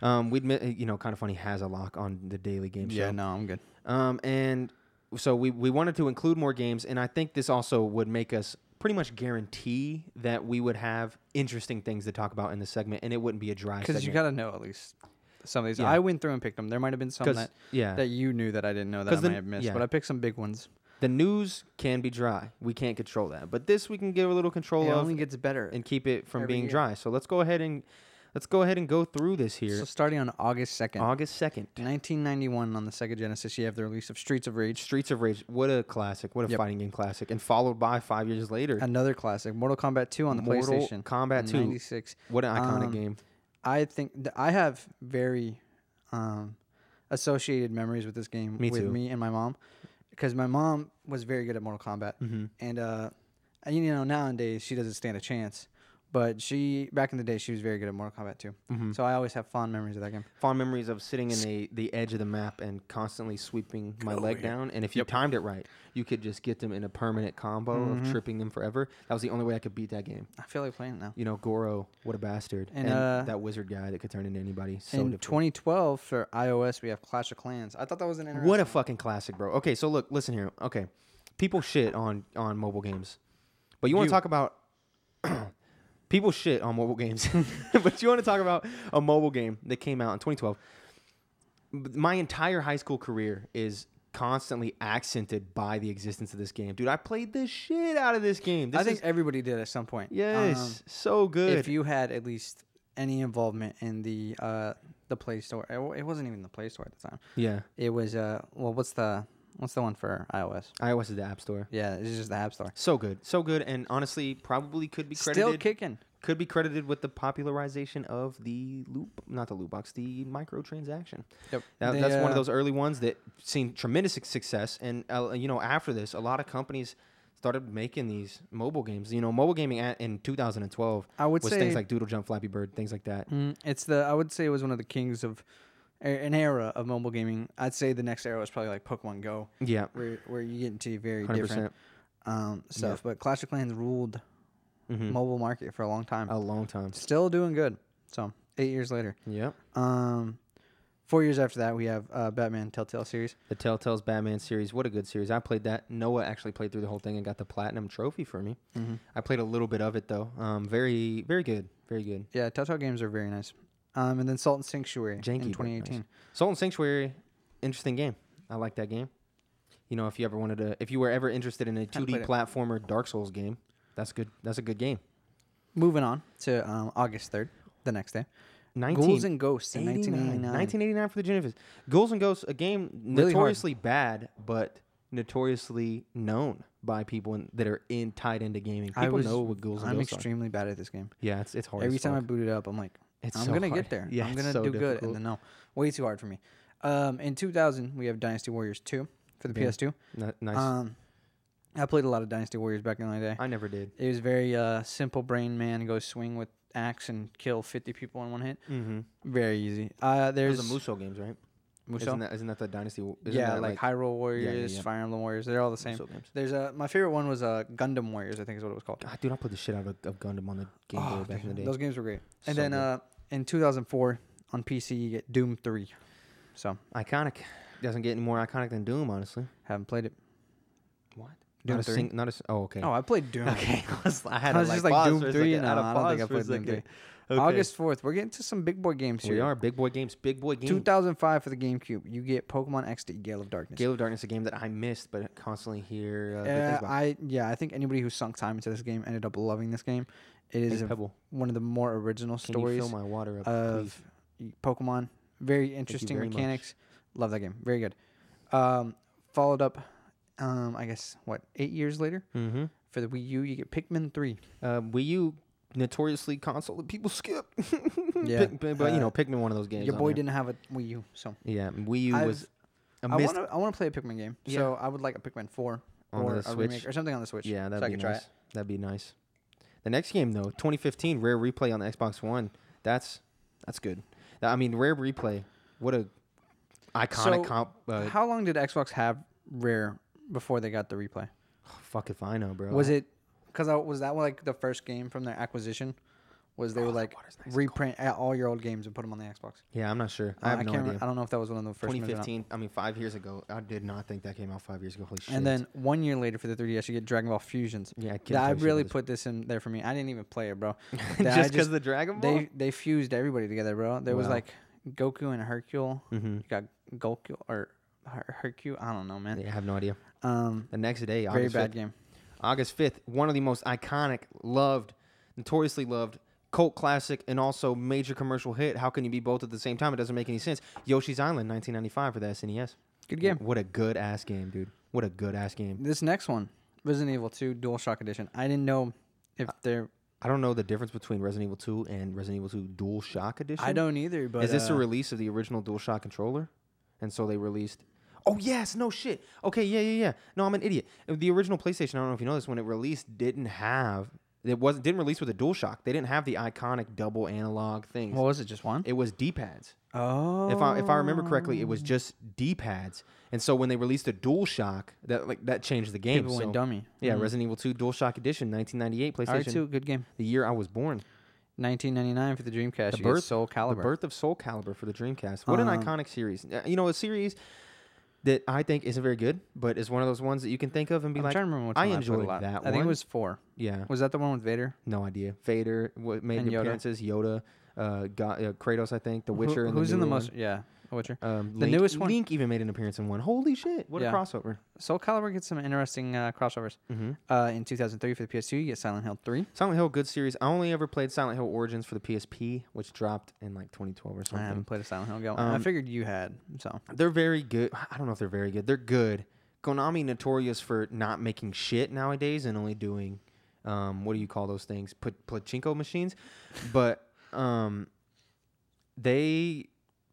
Um, we'd mi- you know, kind of funny has a lock on the daily game show. Yeah, no, I'm good. Um, and so we, we wanted to include more games, and I think this also would make us pretty much guarantee that we would have interesting things to talk about in the segment, and it wouldn't be a dry Because you segment. gotta know at least some of these. Yeah. I went through and picked them. There might have been some that, yeah, that you knew that I didn't know that I 'Cause might the- have missed, yeah. but I picked some big ones. the news can be dry. We can't control that, but this we can give a little control It of only gets better. and keep it from every being year. dry. So let's go ahead and let's go ahead and go through this here. So starting on August second, August second, 1991, on the Sega Genesis, you have the release of Streets of Rage, Streets of Rage. What a classic! What a Yep. fighting game classic! And followed by five years later, another classic, Mortal Kombat 2 on the Mortal PlayStation, Kombat in 2. 96. what an iconic um, game. I think th- I have very um, associated memories with this game Me with too. me and my mom, because my mom was very good at Mortal Kombat, Mm-hmm. and uh, and, you know nowadays she doesn't stand a chance. But she back in the day she was very good at Mortal Kombat too. Mm-hmm. So I always have fond memories of that game. fond memories of sitting in the, the edge of the map and constantly sweeping my leg down. And if you timed it right, you could just get them in a permanent combo Mm-hmm. of tripping them forever. That was the only way I could beat that game. I feel like playing it now. You know, Goro, what a bastard. And, And, uh, that wizard guy that could turn into anybody. So in difficult. 2012 for iOS we have Clash of Clans. I thought that was an interesting. What a fucking classic, bro. Okay, so look, listen here. Okay. People shit on, on mobile games. But you want You. to talk about <clears throat> people shit on mobile games. <laughs> but you want to talk about a mobile game that came out in 2012 my entire high school career is constantly accented by the existence of this game. Dude, I played the shit out of this game. This I think is, everybody did at some point. yes, Um, so good. if you had at least any involvement in the uh, the Play Store, it wa- it wasn't even the Play Store at the time. yeah, It was uh well what's the what's the one for iOS? iOS is the app store. Yeah, it's just the App Store. So good, so good, and honestly, probably could be credited. Still kicking. could be credited with the popularization of the loop, not the loot box, the microtransaction. Yep. That, They, that's one uh, of those early ones that seen tremendous suc- success, and uh, you know, after this, a lot of companies started making these mobile games. You know, mobile gaming at, in 2012 I would was say things like Doodle Jump, Flappy Bird, things like that. mm, it's the I would say it was one of the kings of a- an era of mobile gaming. I'd say the next era was probably like Pokemon Go, Yeah, where where you get into very hundred different percent. um, stuff. But Clash of Clans ruled Mm-hmm. mobile market for a long time. A long time. Still doing good. So eight years later, Yep. um, four years after that, we have uh, Batman Telltale series. The Telltale's Batman series. What a good series. I played that. Noah actually played through the whole thing and got the platinum trophy for me. Mm-hmm. I played a little bit of it though. Um, very, very good. Very good. Yeah, Telltale games are very nice. Um, and then Salt and Sanctuary Janky. in but nice. 2018. Salt and Sanctuary, interesting game. I like that game. You know, if you ever wanted to, if you were ever interested in a 2D played it. platformer Dark Souls game, that's good. That's a good game. Moving on to um, August 3rd, the next day. 19, Ghouls and Ghosts in 1989. 1989. 1989 for the Genesis. Ghouls and Ghosts, a game Really hard. notoriously bad, but notoriously known by people in, that are in tied into gaming. I People was- know what Ghouls and I'm Ghosts are. extremely bad at this game. Yeah, it's it's hard. Every as time I fuck. boot it up, I'm like, It's I'm so gonna hard. get there. Yeah, I'm it's gonna so do good. difficult. And then no, way too hard for me. Um, in 2000, we have Dynasty Warriors 2 for the Yeah. PS2. Ni- nice. Um, I played a lot of Dynasty Warriors back in the day. I never did. It was very uh, simple. Brain man goes swing with axe and kill 50 people in one hit. Mm-hmm. Very easy. Uh, There's there's the Muso games, right? Musou. Isn't that isn't that the Dynasty? Isn't yeah, that like, Hyrule Warriors, yeah. Fire Emblem Warriors. They're all the same. Musou games? There's a my favorite one was uh, Gundam Warriors. I think is what it was called. God, dude, I played the shit out of, of Gundam on the Game Boy Oh, back in the dude, day. Those games were great. And So then good. uh, in 2004 on PC, you get Doom 3. So iconic. Doesn't get any more iconic than Doom, honestly. haven't played it. What? Doom not a 3? sing- Not a. s- Oh, okay. Oh, I played Doom. <laughs> okay. I, was, I had <laughs> a, I was just like, like pause Doom for a 3, second. I had no, a I don't think pause I for a played Doom second. 3. Okay. August 4th, we're getting to some big boy games here. We are big boy games. Big boy games. 2005 for the GameCube, you get Pokemon XD Gale of Darkness. Gale of Darkness, a game that I missed, but constantly hear uh, good Uh, things about. I yeah, I think anybody who sunk time into this game ended up loving this game. It Hey, is a- Pebble. one of the more original Can you stories fill my water up, please? of Pokemon. Very interesting very much. mechanics. Love that game. Very good. Um, followed up, um, I guess what eight years later Mm-hmm. for the Wii U, you get <laughs> Pikmin three. Uh, Wii U notoriously console that people skip. <laughs> Yeah, Pick- but you uh, know, Pikmin one of those games. Your on boy there. didn't have a Wii U, so Yeah, Wii U I've- was a I missed. want to I want to play a Pikmin game. Yeah. So I would like a Pikmin four On or the a Switch. remake or something on the Switch. yeah, that'd so I be could nice. try it. That'd be nice. The next game though, 2015 Rare Replay on the Xbox One. That's that's good. That- I mean, Rare Replay. What a iconic So, comp. Uh, How long did Xbox have Rare before they got the replay? fuck if I know, bro. Was it because was that like the first game from their acquisition? Was they Oh, were that like water's nice and reprint a- all your old games and put them on the Xbox? Yeah, I'm not sure. Uh, I have no can't idea. Remember, I don't know if that was one of the first. ones or not. 2015. I mean, five years ago. I did not think that came out five years ago. Holy shit. And then one year later for the 3DS, you get Dragon Ball Fusions. yeah, I, Yeah, couldn't I tell you shit really about put this in there for me. I didn't even play <laughs> it, bro. this. that I just because just- the Dragon Ball. They they fused everybody together, bro. There was Wow. like Goku and Hercule. Mhm. You got Goku or Her- Hercule. I don't know, man. Yeah, I have no idea. Um, The next day, very August bad 5th, game. August 5th, one of the most iconic, loved, notoriously loved cult classic and also major commercial hit. How can you be both at the same time? It doesn't make any sense. Yoshi's Island 1995 for the SNES. Good game. What a good ass game, dude. What a good ass game. This next one, Resident Evil 2 DualShock Edition. I didn't know Uh, if they're. I don't know the difference between Resident Evil 2 and Resident Evil 2 Dual Shock Edition. I don't either. But Is this a uh, release of the original Dual Shock controller? And so they released Oh yes, no shit. Okay, yeah, yeah, yeah. No, I'm an idiot. Uh, The original PlayStation, I don't know if you know this, when it released, didn't have it wasn't didn't release with a DualShock. They didn't have the iconic double analog things. What was it? Just one? it was D pads. Oh. If I if I remember correctly, it was just D pads. And so when they released the DualShock, that like that changed the game. people went Mm-hmm. So, dummy. yeah, Resident Evil 2 DualShock Edition, 1998 PlayStation, R2, good game. the year I was born. 1999 for the Dreamcast. The you birth- get Soul Calibur. The Birth of Soul Calibur for the Dreamcast. What an Um, iconic series. Uh, You know, a series that I think isn't very good, but is one of those ones that you can think of and be I'm like, trying to remember which I one I enjoyed played a lot. that I think one. it was four. yeah, Was that the one with Vader? no idea. Vader what made And Yoda. appearances, Yoda, uh, God, uh, Kratos, I think, The Who- Witcher. and who's in the newer one. most? Yeah, The Witcher. Um, the Link, newest one- Link even made an appearance in one. Holy shit! What Yeah. a crossover. Soul Calibur gets some interesting uh, crossovers. Mm-hmm. Uh, in 2003 for the PS2, you get Silent Hill 3. Silent Hill, good series. I only ever played Silent Hill Origins for the PSP, which dropped in like 2012 or I something. haven't played a Silent Hill game. I Um, figured you had. So They're very good. I don't know if they're very good. They're good. Konami notorious for not making shit nowadays and only doing, um, what do you call those things? Put pachinko machines, but um, they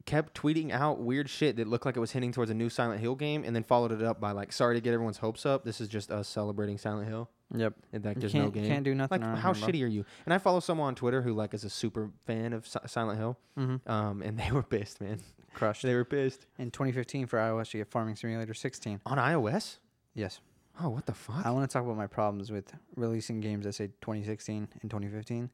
kept tweeting out weird shit that looked like it was hinting towards a new Silent Hill game, and then followed it up by like, "Sorry to get everyone's hopes up. This is just us celebrating Silent Hill." Yep. And like, You there's can't, no game. can't do nothing. like, around how here, bro. shitty are you? And I follow someone on Twitter who like is a super fan of Si- Silent Hill, Mhm. um, and they were pissed, man. Crushed. They were pissed In 2015 for iOS, you get Farming Simulator 16. on iOS. Yes. Oh, what the fuck? I want to talk about my problems with releasing games that say 2016 and 2015.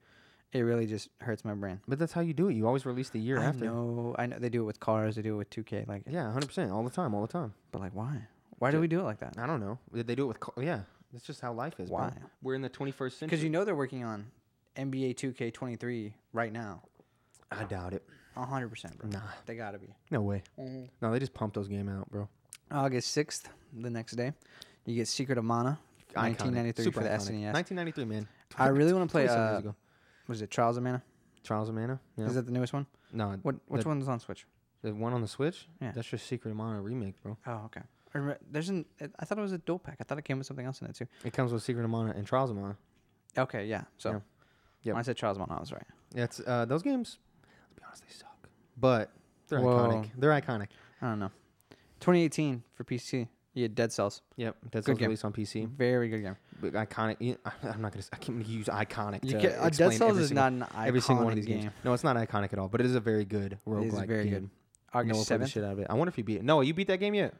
It really just hurts my brain. but that's how you do it. You always release the year I after. know, I know they do it with cars, they do it with 2K, like, Yeah, hundred percent, all the time, all the time. but like, why? Why do Ju- we do it like that? I don't know. Did they do it with? Co- yeah, that's just how life is. bro. Why? We're in the 21st century. Because you know they're working on NBA 2K23 right now, I doubt it. 100, percent bro. Nah, They gotta be. no way. Mm-hmm. No, they just pumped those game out, bro. August 6th, the next day, you get Secret of Mana, Iconic. 1993 Super for the iconic. SNES. 1993, man. I really want to play. 27 years Uh, ago. was it Trials of Mana? Trials of Mana. Yeah. Is that the newest one? no, What which The- one's on Switch? the one on the Switch. Yeah. That's just Secret of Mana remake, bro. Oh, okay. I remember- There's an. I thought it was a dual pack. I thought it came with something else in it too. It comes with Secret of Mana and Trials of Mana. Okay, yeah. So, Yeah. Yep. when I said Charles Mon, I was right. That's uh, those games. Let's be honest, they suck. But they're Whoa. iconic. They're iconic. I don't know. 2018 for PC. Yeah, Dead Cells. Yep, that's Good Good game. released on PC. Very good game. But iconic. you- <laughs> I- I'm not gonna. s- I can't use iconic. to You ca- uh, Dead explain Cells every is single- not an iconic every single one of these game. games. No, it's not iconic at all. But it is a very good It roguelike is very game. good. no one August played the 7th. shit out of it. I wonder if you beat it. No, you beat that game yet?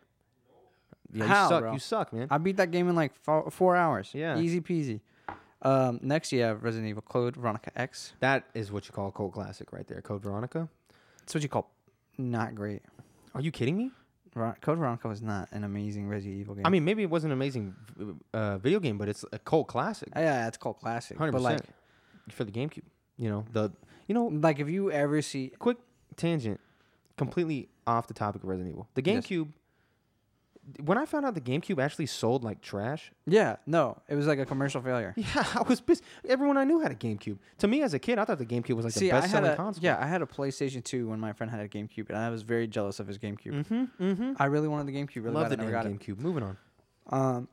Yeah, you How, suck. bro? You suck, man. I beat that game in like four, four hours. Yeah. Easy peasy. Um, next you have Resident Evil Code Veronica X. That is what you call a cult classic right there. Code Veronica. That's what you call not great. Are you kidding me? Ver- Code Veronica was not an amazing Resident Evil game. I mean, maybe it wasn't an amazing v- uh, video game, but it's a cult classic. Uh, yeah, it's called classic. Hundred But like, percent for the GameCube. You know the. You know, like if you ever see quick tangent, completely off the topic of Resident Evil. The Yes. GameCube. When I found out the GameCube actually sold like trash, <laughs> Yeah, no, it was like a commercial failure. yeah, I was pissed. Everyone I knew had a GameCube. To me, as a kid, I thought the GameCube was like See, the I best had selling a console. yeah, I had a PlayStation 2 when my friend had a GameCube, and I was very jealous of his GameCube. Mm-hmm. Mm-hmm. I really wanted the GameCube. Really Love bad, the I never damn got GameCube. Moving on. it. Um,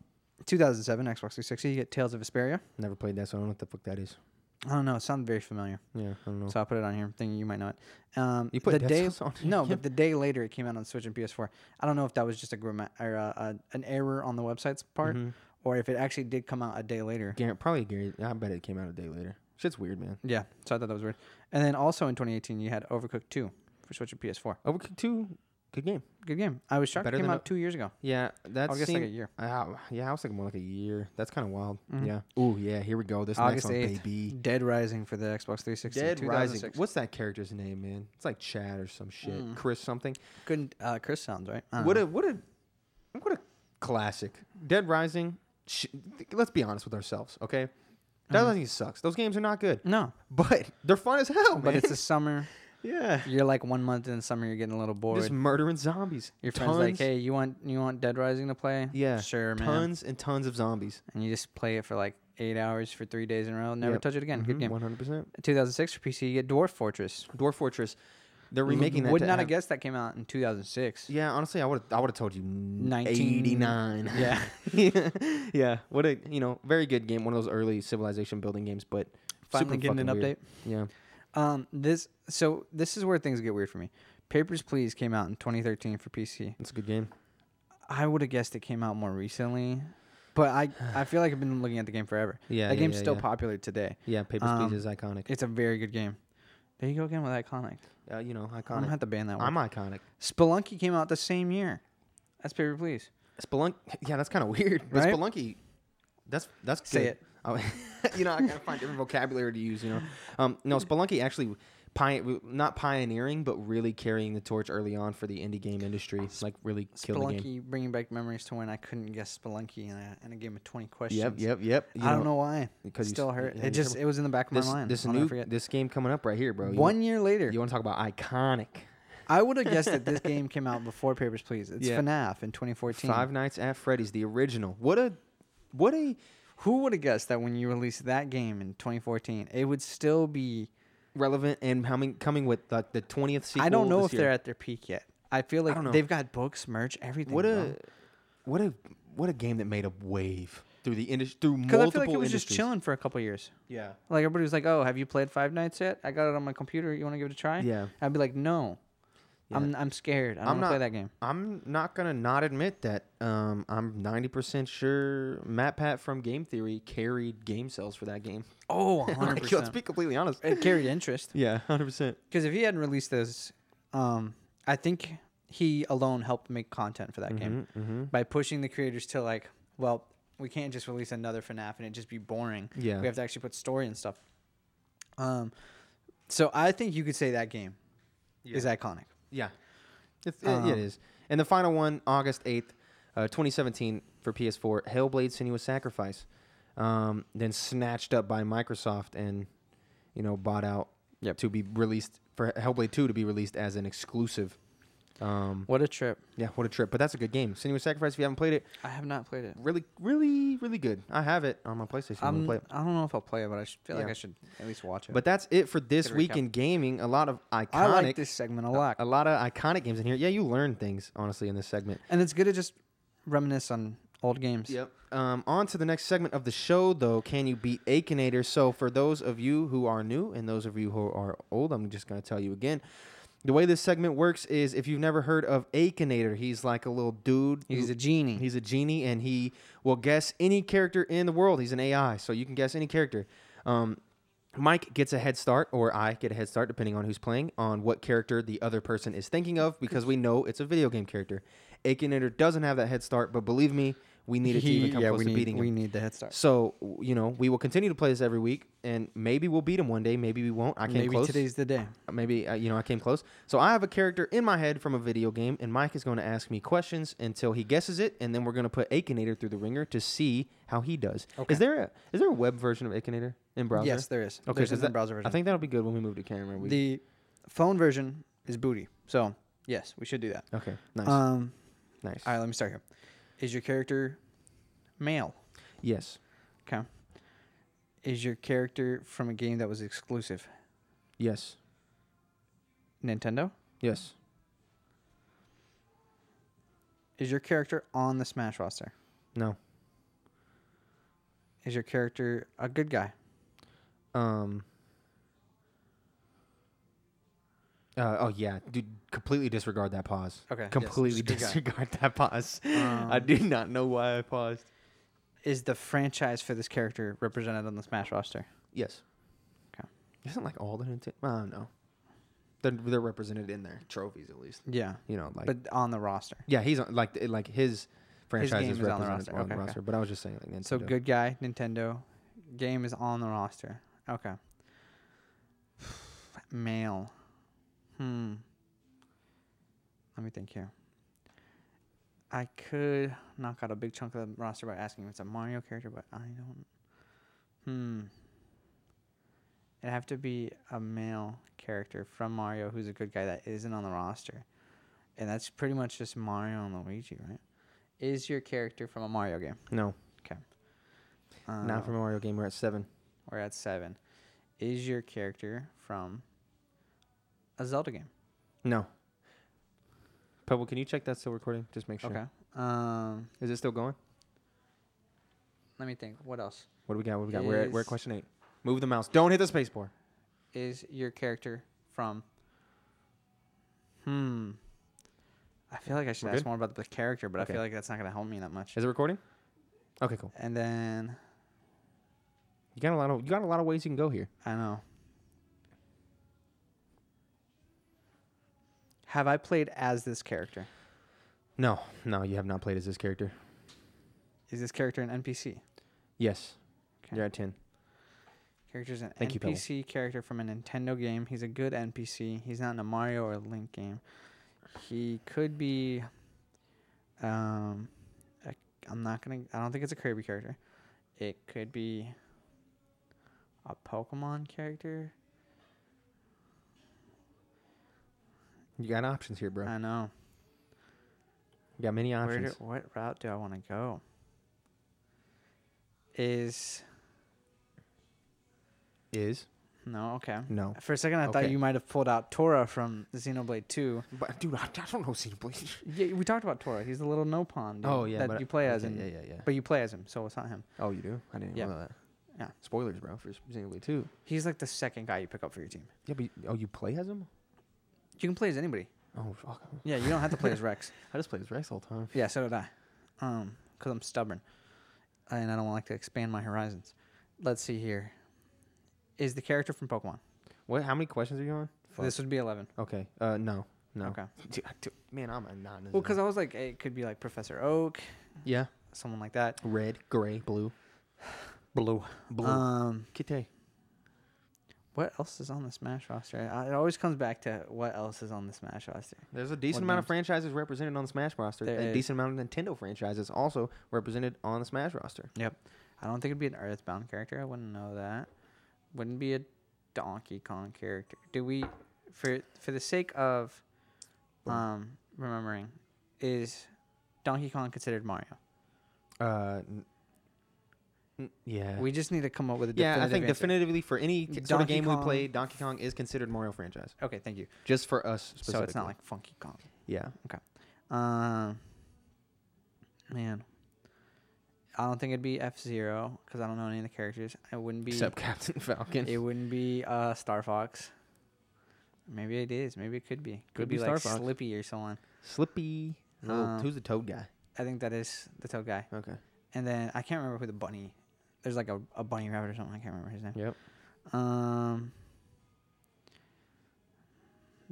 2007 Xbox 360. You get Tales of Vesperia. Never played that, so I don't know what the fuck that is. I don't know. It sounded very familiar, Yeah, I don't know. so I put it on here, thinking you might know it. Um, You put the Dead day Cells on here, no, yeah. but the day later it came out on Switch and PS4. I don't know if that was just a gramma- or, uh, uh, an error on the website's part, Mhm. or if it actually did come out a day later. Gar- probably Gary. I bet it came out a day later. Shit's weird, man. Yeah, so I thought that was weird. And then also in 2018 you had Overcooked 2 for Switch and PS4. Overcooked Two, good game. Good game. I was shocked Better it came than out two years ago. Yeah, that's August like a year. Uh, yeah, I was thinking more like a year. That's kind of wild. Mhm. Yeah. Ooh, yeah. Here we go. This August next one, 8th. baby. Dead Rising for the Xbox 360. Dead Rising. 2006. What's that character's name, man? It's like Chad or some shit. Mm. Chris something. Good. Uh, Chris sounds right. I don't What know. a what a what a classic. Dead Rising. Sh- let's be honest with ourselves, okay? Dead Mhm. Rising sucks. Those games are not good, no, <laughs> but they're fun as hell, but man. <laughs> it's the summer. yeah. You're like one month in the summer. You're getting a little bored. Just murdering zombies. Your friend's like, Tons- "Hey, you want you want Dead Rising to play? Yeah, sure, man." tons and tons of zombies. And you just play it for like eight hours for three days in a row. Never Yep. touch it again. Good game. Mm-hmm. One hundred percent. 2006 for PC. You get Dwarf Fortress. Dwarf Fortress. They're L- remaking that. Would to not have have- guessed that came out in 2006. Yeah, honestly, I would I would have told you 19 eighty nine. Yeah. <laughs> yeah. What a you know very good game. One of those early civilization building games, but Finally super getting an fucking update. weird. Yeah. Um, this so this is where things get weird for me. Papers, Please came out in 2013 for PC. It's a good game. I would have guessed it came out more recently, but <sighs> I I feel like I've been looking at the game forever. Yeah. that yeah, game's yeah, still yeah. popular today. Yeah, Papers Um, Please is iconic. It's a very good game. There you go again with iconic. Uh, you know, I'm gonna iconic. have to ban that one. I'm iconic. Spelunky came out the same year. That's Paper Please. Spelunk. Yeah, that's kind of weird. But Right? Spelunky. That's that's good. Say it. Oh, <laughs> you know, I gotta find different vocabulary to use. You know, um, no, Spelunky actually, pioneer, not pioneering, but really carrying the torch early on for the indie game industry. Like really killed the game. Ah, Spelunky bringing back memories to when I couldn't guess Spelunky in a, in a game of 20 questions. Yep, yep, yep. I don't know why. It because you s- still hurt. yeah, it you just said- it was in the back of this my mind. this I'll new never forget. this game coming up right here, bro. You one want- year later, You want to talk about iconic? I would have guessed that this game came out before Papers Please. It's Yeah. FNAF in 2014. Five Nights at Freddy's, the original. What a, what a Who would have guessed that when you released that game in 2014, it would still be? relevant and coming coming with like the twentieth sequel. I don't know this if year. they're at their peak yet. I feel like don't know. they've got books, merch, everything. What bro. a what a what a game that made a wave through the industry through multiple I feel like it was just industries. chilling for a couple years. Yeah. Like everybody was like, "Oh, have you played Five Nights yet? I got it on my computer. You want to give it a try?" Yeah. I'd be like, "No." Yeah. I'm I'm scared. I don't I'm want not- to play that game. I'm not gonna not admit that um, I'm 90% sure Matt Pat from Game Theory carried game sales for that game. <laughs> <laughs> Oh, Like, 100 let's percent. be completely honest. It carried interest Yeah, 100%. because if he hadn't released this, um, I think he alone helped make content for that game. Mm-hmm. by pushing the creators to like, well, we can't just release another FNAF and it just be boring. Yeah. We have to actually put story and stuff. Um, so I think you could say that game is iconic. Yeah. It's, it, Um, it is. And the final one, August 8th, uh, 2017 for PS4, Hellblade Sinuous Sacrifice. Um, then snatched up by Microsoft and, you know, bought out Yep. to be released for Hellblade 2 to be released as an exclusive. Um, What a trip! yeah, what a trip. But that's a good game. Sinuous Sacrifice, if you haven't played it, I have not played it. really, really, really good. I have it on my PlayStation. I'm gonna I'm, play it. Um, I don't know if I'll play it, but I sh- feel like Yeah. I should at least watch it. But that's it for this Good week recap. in gaming. A lot of iconic, I like this uh, segment a lot, a lot of iconic games in here. Yeah, you learn things honestly in this segment. and it's good to just reminisce on old games. Yep. Um, on to the next segment of the show, though. Can you beat Akinator? So, for those of you who are new and those of you who are old, I'm just going to tell you again. The way this segment works is if you've never heard of Akinator, he's like a little dude. He's who- a genie. He's a genie, and he will guess any character in the world. He's an AI, so you can guess any character. Um, Mike gets a head start, or I get a head start, depending on who's playing, on what character the other person is thinking of, because we know it's a video game character. Akinator doesn't have that head start, but believe me, we need it to even come yeah, close we to need, beating we him. need the head start. So w- you know, we will continue to play this every week, and maybe we'll beat him one day. Maybe we won't. I came Maybe close today's the day. maybe uh, you know I came close. So I have a character in my head from a video game, and Mike is going to ask me questions until he guesses it, and then we're going to put Akinator through the ringer to see how he does. Okay. Is there a is there a web version of Akinator in browser? Yes, there is. Okay, There's 'cause the that- browser version. I think that'll be good when we move to camera. We, the phone version is booty. So yes, we should do that. okay, nice, Um, nice. all right, let me start here. Is your character male? yes, Okay. Is your character from a game that was exclusive? yes, Nintendo? yes, Is your character on the Smash roster? no. Is your character a good guy? Um. Uh, oh yeah, dude! Completely disregard that pause. Okay, yes, Completely just good guy. Um, disregard <laughs> that pause. I do not know why I paused. Is the franchise for this character represented on the Smash roster? Yes. Okay. Isn't like all the Nintendo? I don't know. They're, they're represented in their trophies at least. Yeah. You know, like but on the roster. yeah, he's on, like it- like his franchise game is is on the represented on the roster. roster. Okay, okay. But I was just saying like Nintendo. So good guy, Nintendo. Game is on the roster. Okay. <sighs> Male. Hmm. Let me think here. I could knock out a big chunk of the roster by asking if it's a Mario character, but I don't. Hmm. It'd have to be a male character from Mario who's a good guy that isn't on the roster. And that's pretty much just Mario and Luigi, right? Is your character from a Mario game? No, Uh, not from a Mario game. We're at seven. We're at seven. Is your character from a Zelda game? No. Pebble, can you check that's still recording? Just make sure. Okay. Um, Is it still going? let me think. What else? What do we got? What do we got? We're at, we're Is- at question eight. Move the mouse. Don't hit the space bar. Is your character from? Hmm. I feel like I should We're ask good? more about the character, but Okay. I feel like that's not gonna help me that much. Is it recording? Okay, cool. And then You got a lot of you got a lot of ways you can go here. I know. Have I played as this character? No, no, you have not played as this character. Is this character an NPC? Yes. Okay. You're at ten. Character's an Thank you, Pebble. NPC character from a Nintendo game. He's a good NPC. He's not in a Mario or Link game. He could be. Um, a, I'm not gonna. I don't think it's a Kirby character. It could be a Pokemon character. You got options here, bro. I know. You got many Where options. do, what route do I want to go? Is Is no okay. no, For a second, I thought Okay. you might have pulled out Tora from Xenoblade Two. but dude, I, I don't know Xenoblade. <laughs> Yeah, we talked about Tora. He's the little no pawn. Dude, oh yeah, that but- you play as okay, in, yeah, yeah, yeah. but you play as him, so it's not him. oh, you do? I didn't Yeah. know that. Yeah. Spoilers, bro, for Xenoblade Two. He's like the second guy you pick up for your team. Yeah, but you- oh, you play as him? You can play as anybody. Oh fuck! Yeah, you don't have to play <laughs> as Rex. I just played as Rex all the time. Yeah, so did I. Um, because I'm stubborn, and I don't like to expand my horizons. Let's see here. Is the character from Pokemon? What? How many questions are you on? Fuck. This would be eleven. Okay. Uh, no, no. Okay. <laughs> Dude, I- dude, man, I'm a non. Well, because I was like, it could be like Professor Oak, yeah, someone like that. red, gray, blue, Uh, Blue. blue. Um, Kite. what else is on the Smash roster? I- It always comes back to what else is on the Smash roster. There's a decent What amount of games? franchises represented on the Smash roster. There a is. decent amount of Nintendo franchises also represented on the Smash roster. Yep. I don't think it'd be an Earthbound character. I wouldn't know that. Wouldn't be a Donkey Kong character. Do we, for for the sake of, Boom. um, remembering, is Donkey Kong considered Mario? Uh, n- n- yeah. We just need to come up with a yeah, I think answer. definitively for any t- sort Donkey of game Kong. we play, Donkey Kong is considered Mario franchise. Okay, thank you. Just for us specifically. So it's not like Funky Kong. <laughs> yeah. Um, man, I don't think it'd be F Zero because I don't know any of the characters. It wouldn't be. Except Captain <laughs> Falcon. It wouldn't be uh, Star Fox. Maybe it is. Maybe it could be. Could, Could be, be like Star Fox. Slippy or someone. Slippy. No, Um, who's the Toad guy? I think that is the toad guy. Okay. And then I can't remember who the bunny. There's like a, a bunny rabbit or something. I can't remember his name. Yep. Um.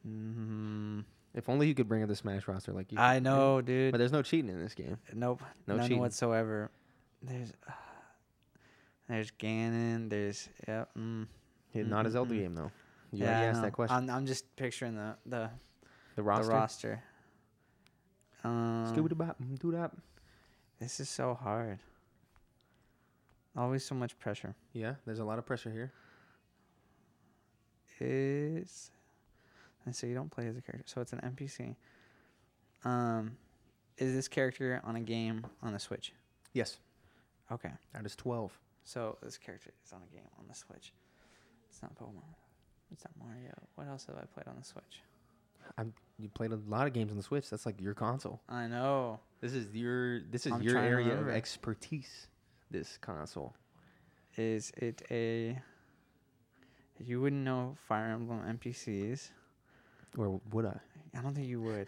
Mm-hmm. mm, If only you could bring up the Smash roster like you. I can. know, dude. But there's no cheating in this game. Nope. No none cheating. whatsoever. There's uh, there's Ganon. There's yeah. Mm, Yeah, Not a Zelda Mhm. game though. You yeah. I already asked know. that question. I'm, I'm just picturing the the the roster. roster. The roster. Um, Scooby-Doo-bop, doo-dop. this is so hard. Always so much pressure. Yeah, there's a lot of pressure here. Is and so you don't play as a character, so it's an NPC. Um, is this character on a game on the Switch? Yes, Okay. that is 12. So this character is on a game on the Switch. It's not Pokemon. It's not Mario. What else have I played on the Switch? You played a lot of games on the Switch. That's like your console. I know. This is your this is I'm your trying to area of remember. expertise. This console. Is it a? You wouldn't know Fire Emblem NPCs. Or would I? I don't think you would.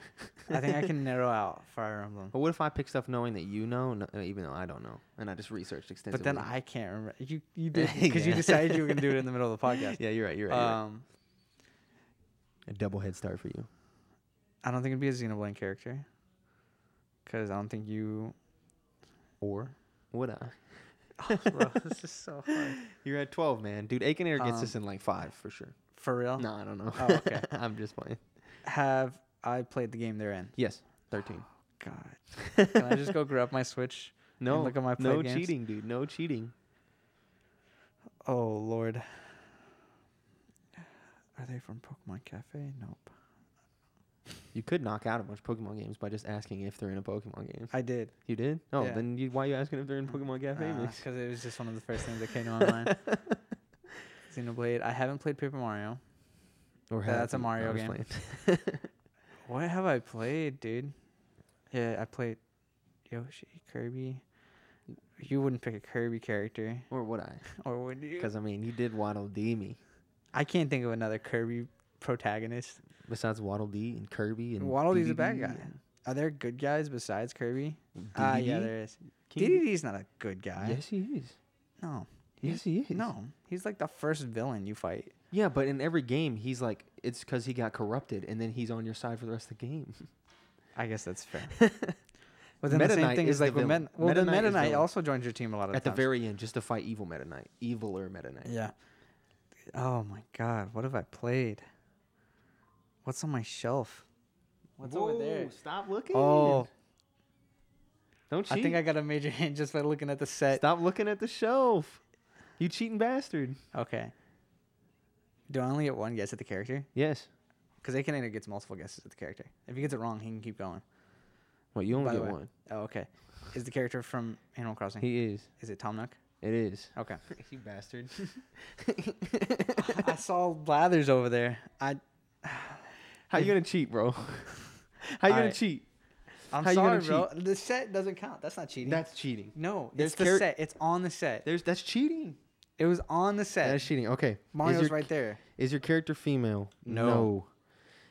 I think I <laughs> can narrow out Fire Emblem. But what if I pick stuff knowing that you know, no, uh, even though I don't know, and I just researched extensively? But then I can't remember. You <laughs> you did because you decided you were gonna do it in the middle of the podcast. yeah, you're <laughs> right. You're right. you're right. Um, A double head start for you. I don't think it'd be a Xenoblade character. Cause I don't think you. Or would I? <laughs> Oh, bro, <laughs> this is so hard. You're at 12, man. Dude, Aiken Air gets this Um, in like five for sure. For real? No, I don't know. Oh, okay. <laughs> I'm just playing. Have I played the game they're in? Yes, 13. God. Can I just go <laughs> grab my Switch? No, look at my no played games? cheating, dude. No cheating. Oh, Lord. Are they from Pokemon Cafe? Nope. You could knock out a bunch of Pokemon games by just asking if they're in a Pokemon game. I did. You did? Oh, Yeah. then you, why are you asking if they're in Pokemon Cafe mix? Because Ah, it was just one of the first things that came to my <laughs> mind. Xenoblade. I haven't played Paper Mario. Or Yeah, have that's a you? No, Mario I'm just game. playing. What have I played, dude? Yeah, I played Yoshi, Kirby. You wouldn't pick a Kirby character, <laughs> Or would I? or would you? Because I mean, you did Waddle Dee me. I can't think of another Kirby protagonist. Besides Waddle Dee and Kirby and Waddle Dee's a DDD bad guy. and Are there good guys besides Kirby? Ah, yeah, DDD? there is. King- DDD's not a good guy. Yes, he is. No. Yes, he is. No, he's like the first villain you fight. Yeah, but in every game, he's like, it's because he got corrupted, and then he's on your side for the rest of the game. <laughs> I guess that's <laughs> fair. But then Meta the same Knight thing is is the like with villain. Men- well, Meta then Knight Meta is Knight villain. also joins your team a lot of At the times. very end, just to fight evil Meta Knight, evil or Meta Knight. yeah. Oh my God, what have I played? What's on my shelf? What's over there? Stop looking. Oh, don't cheat. I think I got a major <laughs> hint just by looking at the set. Stop looking at the shelf. You cheating bastard. Okay. Do I only get one guess at the character? Yes. Because Akinator gets multiple guesses at the character. If he gets it wrong, he can keep going. Well, you only By the get way. one. Oh, okay. Is the character from Animal Crossing? He is. is it Tom Nook? It is. <laughs> Okay. you bastard. I saw Blathers over there. I How you gonna cheat, <laughs> bro? How you gonna Alright. cheat? I'm How you sorry, gonna bro. The set doesn't count. That's not cheating. That's cheating. no, there's it's the charac- set. It's on the set. There's that's cheating. It was on the set. That's cheating. Okay. Mario's is your, right there. Is your character female? No.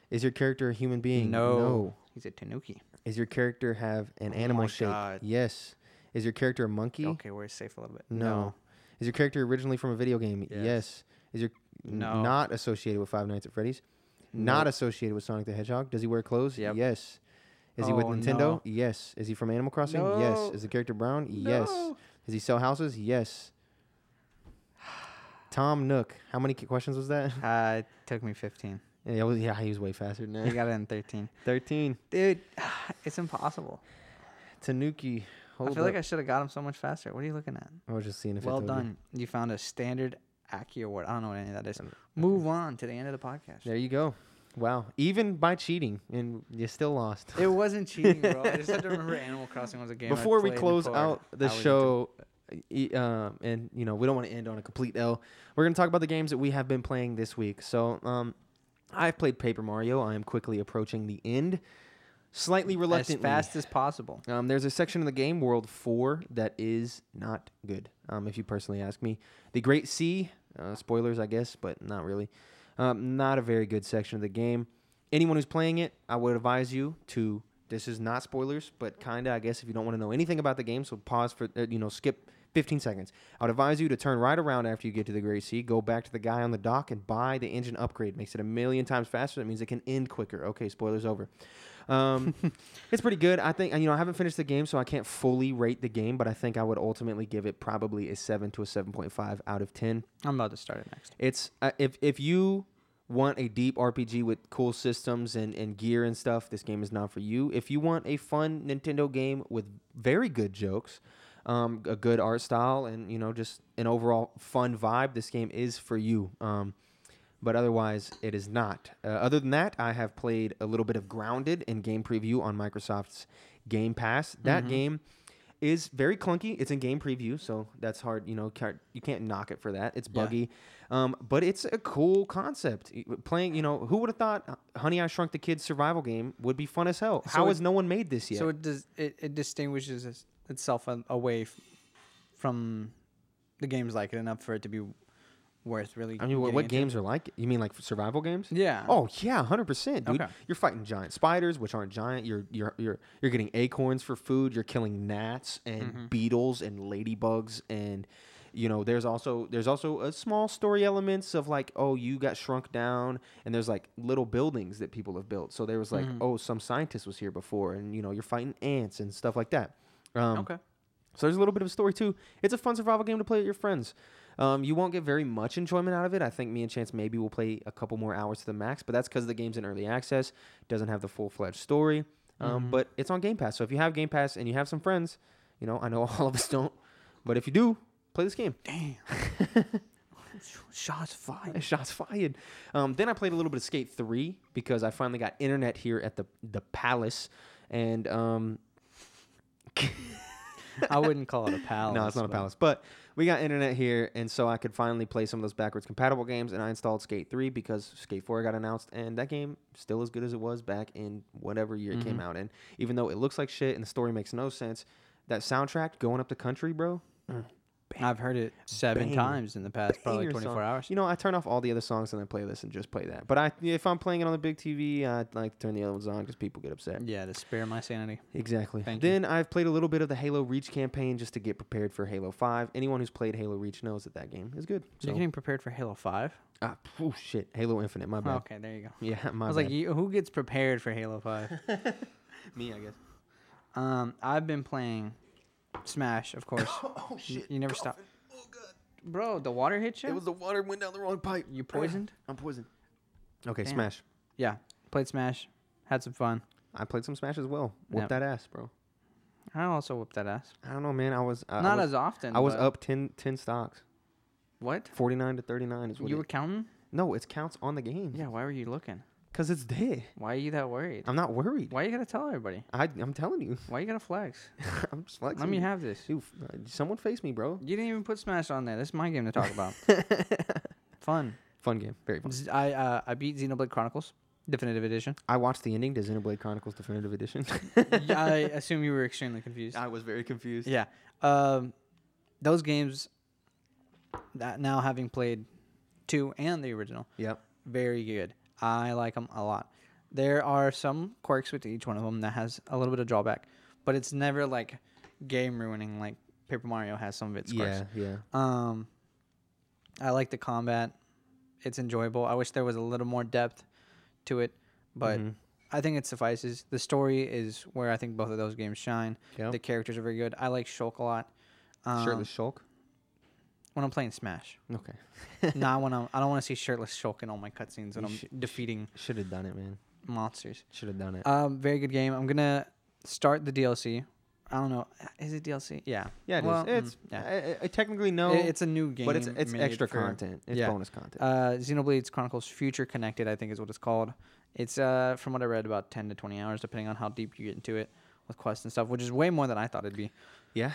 Is your character a human being? No. He's a Tanuki. Is your character have an Oh animal my shape? God. Yes. Is your character a monkey? Okay, we're safe a little bit. No. Is your character originally from a video game? Yes. Yes. Is your n- No. not associated with Five Nights at Freddy's? Not associated with Sonic the Hedgehog? Does he wear clothes? Yep. Yes. Is he with Oh, Nintendo? no. Yes. Is he from Animal Crossing? Yes. No. Is the character brown? Yes. No. Does he sell houses? Yes. <sighs> Tom Nook. How many ki- questions was that? <laughs> Uh, it took me 15. yeah, it was- yeah, he was way faster than He that. got it <laughs> in 13. 13. Dude, <sighs> it's impossible. Tanuki. Hold I feel like up. I should have got him so much faster. What are you looking at? I, was just seeing if well it told you. done. You. found a standard Aki award. I don't know what any of that is. I don't- Move on to the end of the podcast. There you go. Wow. Even by cheating, and you still lost. It wasn't cheating, bro. I just had <laughs> to remember Animal Crossing was a game. I before we played close before out I the was into show e- um, and you know we don't want to end on a complete l we're going to talk about the games that we have been playing this week so um, i've played paper mario i am quickly approaching the end slightly as reluctantly fast as possible. um, there's a section in the game world 4 that is not good um, if you personally ask me the great sea uh, spoilers i guess but not really um, not a very good section of the game anyone who's playing it i would advise you to this is not spoilers but kinda i guess if you don't want to know anything about the game so pause for uh, you know skip 15 seconds i would advise you to turn right around after you get to the great sea go back to the guy on the dock and buy the engine upgrade makes it a million times faster that means it can end quicker okay spoilers over um, it's pretty good. I think you know I haven't finished the game, so I can't fully rate the game, but I think I would ultimately give it probably a seven to a seven point five out of ten. I'm about to start it next. It's uh, if if you want a deep RPG with cool systems and and gear and stuff, this game is not for you. If you want a fun Nintendo game with very good jokes, um, a good art style, and you know just an overall fun vibe, this game is for you. Um, but otherwise, it is not. Uh, other than that, I have played a little bit of Grounded in game preview on Microsoft's Game Pass. Mm-hmm. That game is very clunky. It's in game preview, so that's hard. You know, ca- you can't knock it for that. It's Yeah. buggy, um, but it's a cool concept. Y- Playing, you know, who would have thought uh, Honey I Shrunk the Kids survival game would be fun as hell? So How it- has no one made this yet? So it does. It, it distinguishes is- itself a- away f- from the games like it enough for it to be worth really. I mean, what, getting what into. games are like? it? You mean like survival games? Yeah. Oh yeah, hundred percent, dude. Okay. You're fighting giant spiders, which aren't giant. You're you're you're you're getting acorns for food. You're killing gnats and Mm-hmm. beetles and ladybugs and you know there's also there's also a small story elements of like oh you got shrunk down and there's like little buildings that people have built so there was Mm-hmm. like oh some scientist was here before and you know you're fighting ants and stuff like that um, Okay. so there's a little bit of a story too. It's a fun survival game to play with your friends. Um, you won't get very much enjoyment out of it. I think me and Chance maybe will play a couple more hours to the max, but that's because the game's in early access, doesn't have the full fledged story. Um, But it's on Game Pass, so if you have Game Pass and you have some friends, you know I know <laughs> all of us don't, but if you do, play this game. Damn. <laughs> Shots fired. Shots fired. Um, then I played a little bit of Skate Three because I finally got internet here at the the palace, and um, <laughs> I wouldn't call it a palace. No, it's not a but- palace. But we got internet here, and so I could finally play some of those backwards compatible games. And I installed Skate 3 because Skate 4 got announced, and that game still as good as it was back in whatever year Mm-hmm. it came out in. Even though it looks like shit and the story makes no sense, that soundtrack going up the country, bro. I've heard it seven Banger. times in the past probably <laughs> banger 24 song. hours. You know, I turn off all the other songs and I play this and just play that. But I, if I'm playing it on the big TV, I like to turn the other ones on because people get upset. Yeah, to spare my sanity. Exactly. Thank you. then I've played a little bit of the Halo Reach campaign just to get prepared for Halo 5. Anyone who's played Halo Reach knows that that game is good. So. You're So- getting prepared for Halo 5? Ah, p- oh shit, Halo Infinite. My bad. Okay, there you go. Yeah, <laughs> my I was bad. like, you, who gets prepared for <laughs> Halo 5? me, I guess. um, I've been playing Smash, of course. <coughs> Oh you, you never stop. Bro, the water hit you? It was the water went down the wrong pipe. <clears throat> you <clears throat> poisoned? I'm poisoned. Okay, Damn. Smash. yeah. Played Smash. Had some fun. I played some Smash as well. Whip Yep. that ass, bro. I also whipped that ass. I don't know, man. I was I, Not I was, as often. I was but- up 10, 10 stocks. What? Forty nine to thirty nine is what. You it- were <laughs> counting? no, it counts on the game. Yeah, why were you looking? cause it's there. Why are you that worried? I'm not worried. Why you gotta tell everybody? I I'm telling you, <laughs> Why you gotta <laughs> flex? I'm just flexing. Let me have this. Dude, f- uh, someone face me, bro. You didn't even put Smash on there. This is my game to talk <laughs> about. Fun. Fun game, very <laughs> fun. Z- I uh, I beat Xenoblade Chronicles Definitive <laughs> Edition. I watched the ending to Xenoblade Chronicles Definitive <laughs> Edition. <laughs> Y- I assume you were extremely confused. I was very confused. Yeah. Um, those games that now having played two and the original, Yep. very good. I like them a lot. There are some quirks with each one of them that has a little bit of drawback, but it's never like game ruining like Paper Mario has some of its quirks. Yeah, yeah. Um, I like the combat. It's enjoyable. I wish there was a little more depth to it, but Mhm. I think it suffices. The story is where I think both of those games shine. Yep. The characters are very good. I like Shulk a lot. Um, Shirtless Shulk. when I'm <laughs> playing Smash, Okay. not when I'm. I don't want to see shirtless Shulk in all my cutscenes when You I'm sh- defeating Should have done it, man. monsters. Should have done it. Um, very good game. I'm gonna start the DLC. I don't know. Is it DLC? Yeah. yeah, it is. well, mm, It's yeah. I- I, I technically no, I- it's a new game, but it's it's made extra for- content. It's yeah. bonus content. Uh, Xenoblade Chronicles Future Connected, I think, is what it's called. It's uh, from what I read, about ten to twenty hours, depending on how deep you get into it with quests and stuff, which is way more than I thought it'd be. yeah.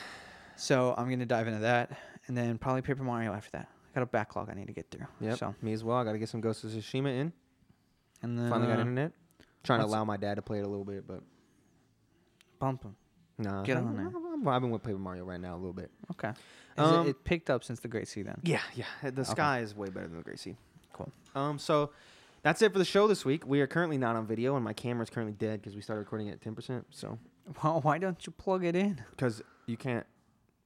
So I'm gonna dive into that, and then probably Paper Mario after that. I got a backlog I need to get through. Yep. So Me as well. I got to get some Ghost of Tsushima in. and then Finally got uh, internet. Trying to what's- allow my dad to play it a little bit, but Bump 'em. nah. Get I'm- on there. I'm, I'm vibing with Paper Mario right now a little bit. Okay. Is Um, it, it picked up since the Great Sea then. <laughs> Yeah, yeah. The Okay. sky is way better than the gray sea. Cool. Um, so that's it for the show this week. We are currently not on video, and my camera is currently dead because we started recording at ten percent. So Well, why don't you plug it in? because you can't,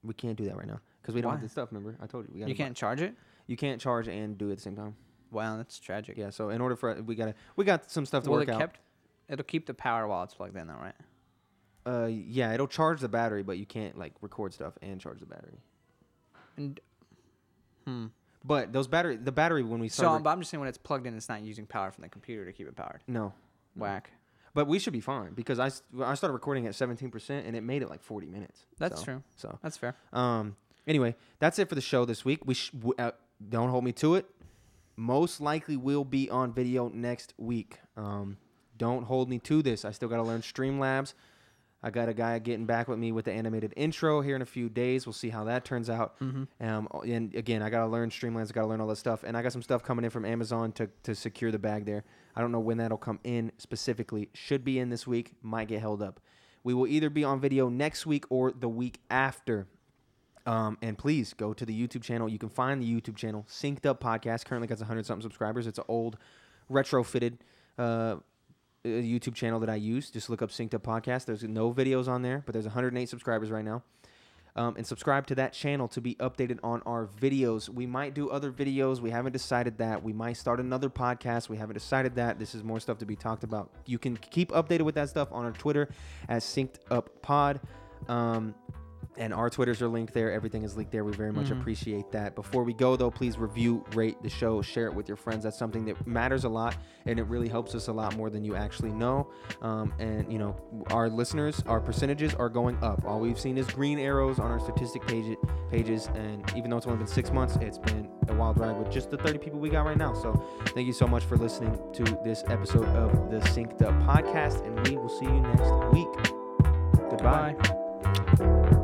we can't do that right now because we don't Why? have the stuff. Remember, I told you we got You can't charge it. you can't charge and do it at the same time. Wow, that's tragic. Yeah. So in order for we gotta we got some stuff to Well, work it out. kept. It'll keep the power while it's plugged in, though, right? Uh, yeah, it'll charge the battery, but you can't like record stuff and charge the battery. And hmm. But those battery the battery when we So, started. but I'm just saying when it's plugged in, it's not using power from the computer to keep it powered. no. Whack. But we should be fine because I, s- I started recording at 17% and it made it like 40 minutes. That's So- true. So That's fair. Um. Anyway, that's it for the show this week. We sh- w- uh, don't hold me to it. Most likely will be on video next week. Um. Don't hold me to this. I still got to learn Streamlabs. I got a guy getting back with me with the animated intro here in a few days. We'll see how that turns out. Mm-hmm. Um, and again, I got to learn Streamlabs. I got to learn all that stuff. And I got some stuff coming in from Amazon to, to secure the bag there. I don't know when that'll come in specifically. Should be in this week. Might get held up. We will either be on video next week or the week after. Um, and please go to the YouTube channel. You can find the YouTube channel Synced Up Podcast. Currently got 100 something subscribers. It's an old, retrofitted uh, uh, YouTube channel that I use. Just look up Synced Up Podcast. There's no videos on there, but there's 108 subscribers right now. Um, and subscribe to that channel to be updated on our videos. We might do other videos. We haven't decided that. We might start another podcast. We haven't decided that. This is more stuff to be talked about. You can keep updated with that stuff on our Twitter at Synced Up Pod. Um, and our Twitters are linked there. Everything is linked there. We very much appreciate that. Before we go, though, please review, rate the show, share it with your friends. That's something that matters a lot, and it really helps us a lot more than you actually know. Um, and you know, our listeners, our percentages are going up. All we've seen is green arrows on our statistic page, pages, and even though it's only been six months, it's been a wild ride with just the 30 people we got right now. So, thank you so much for listening to this episode of the Synced Up Podcast, and we will see you next week. Goodbye. Bye.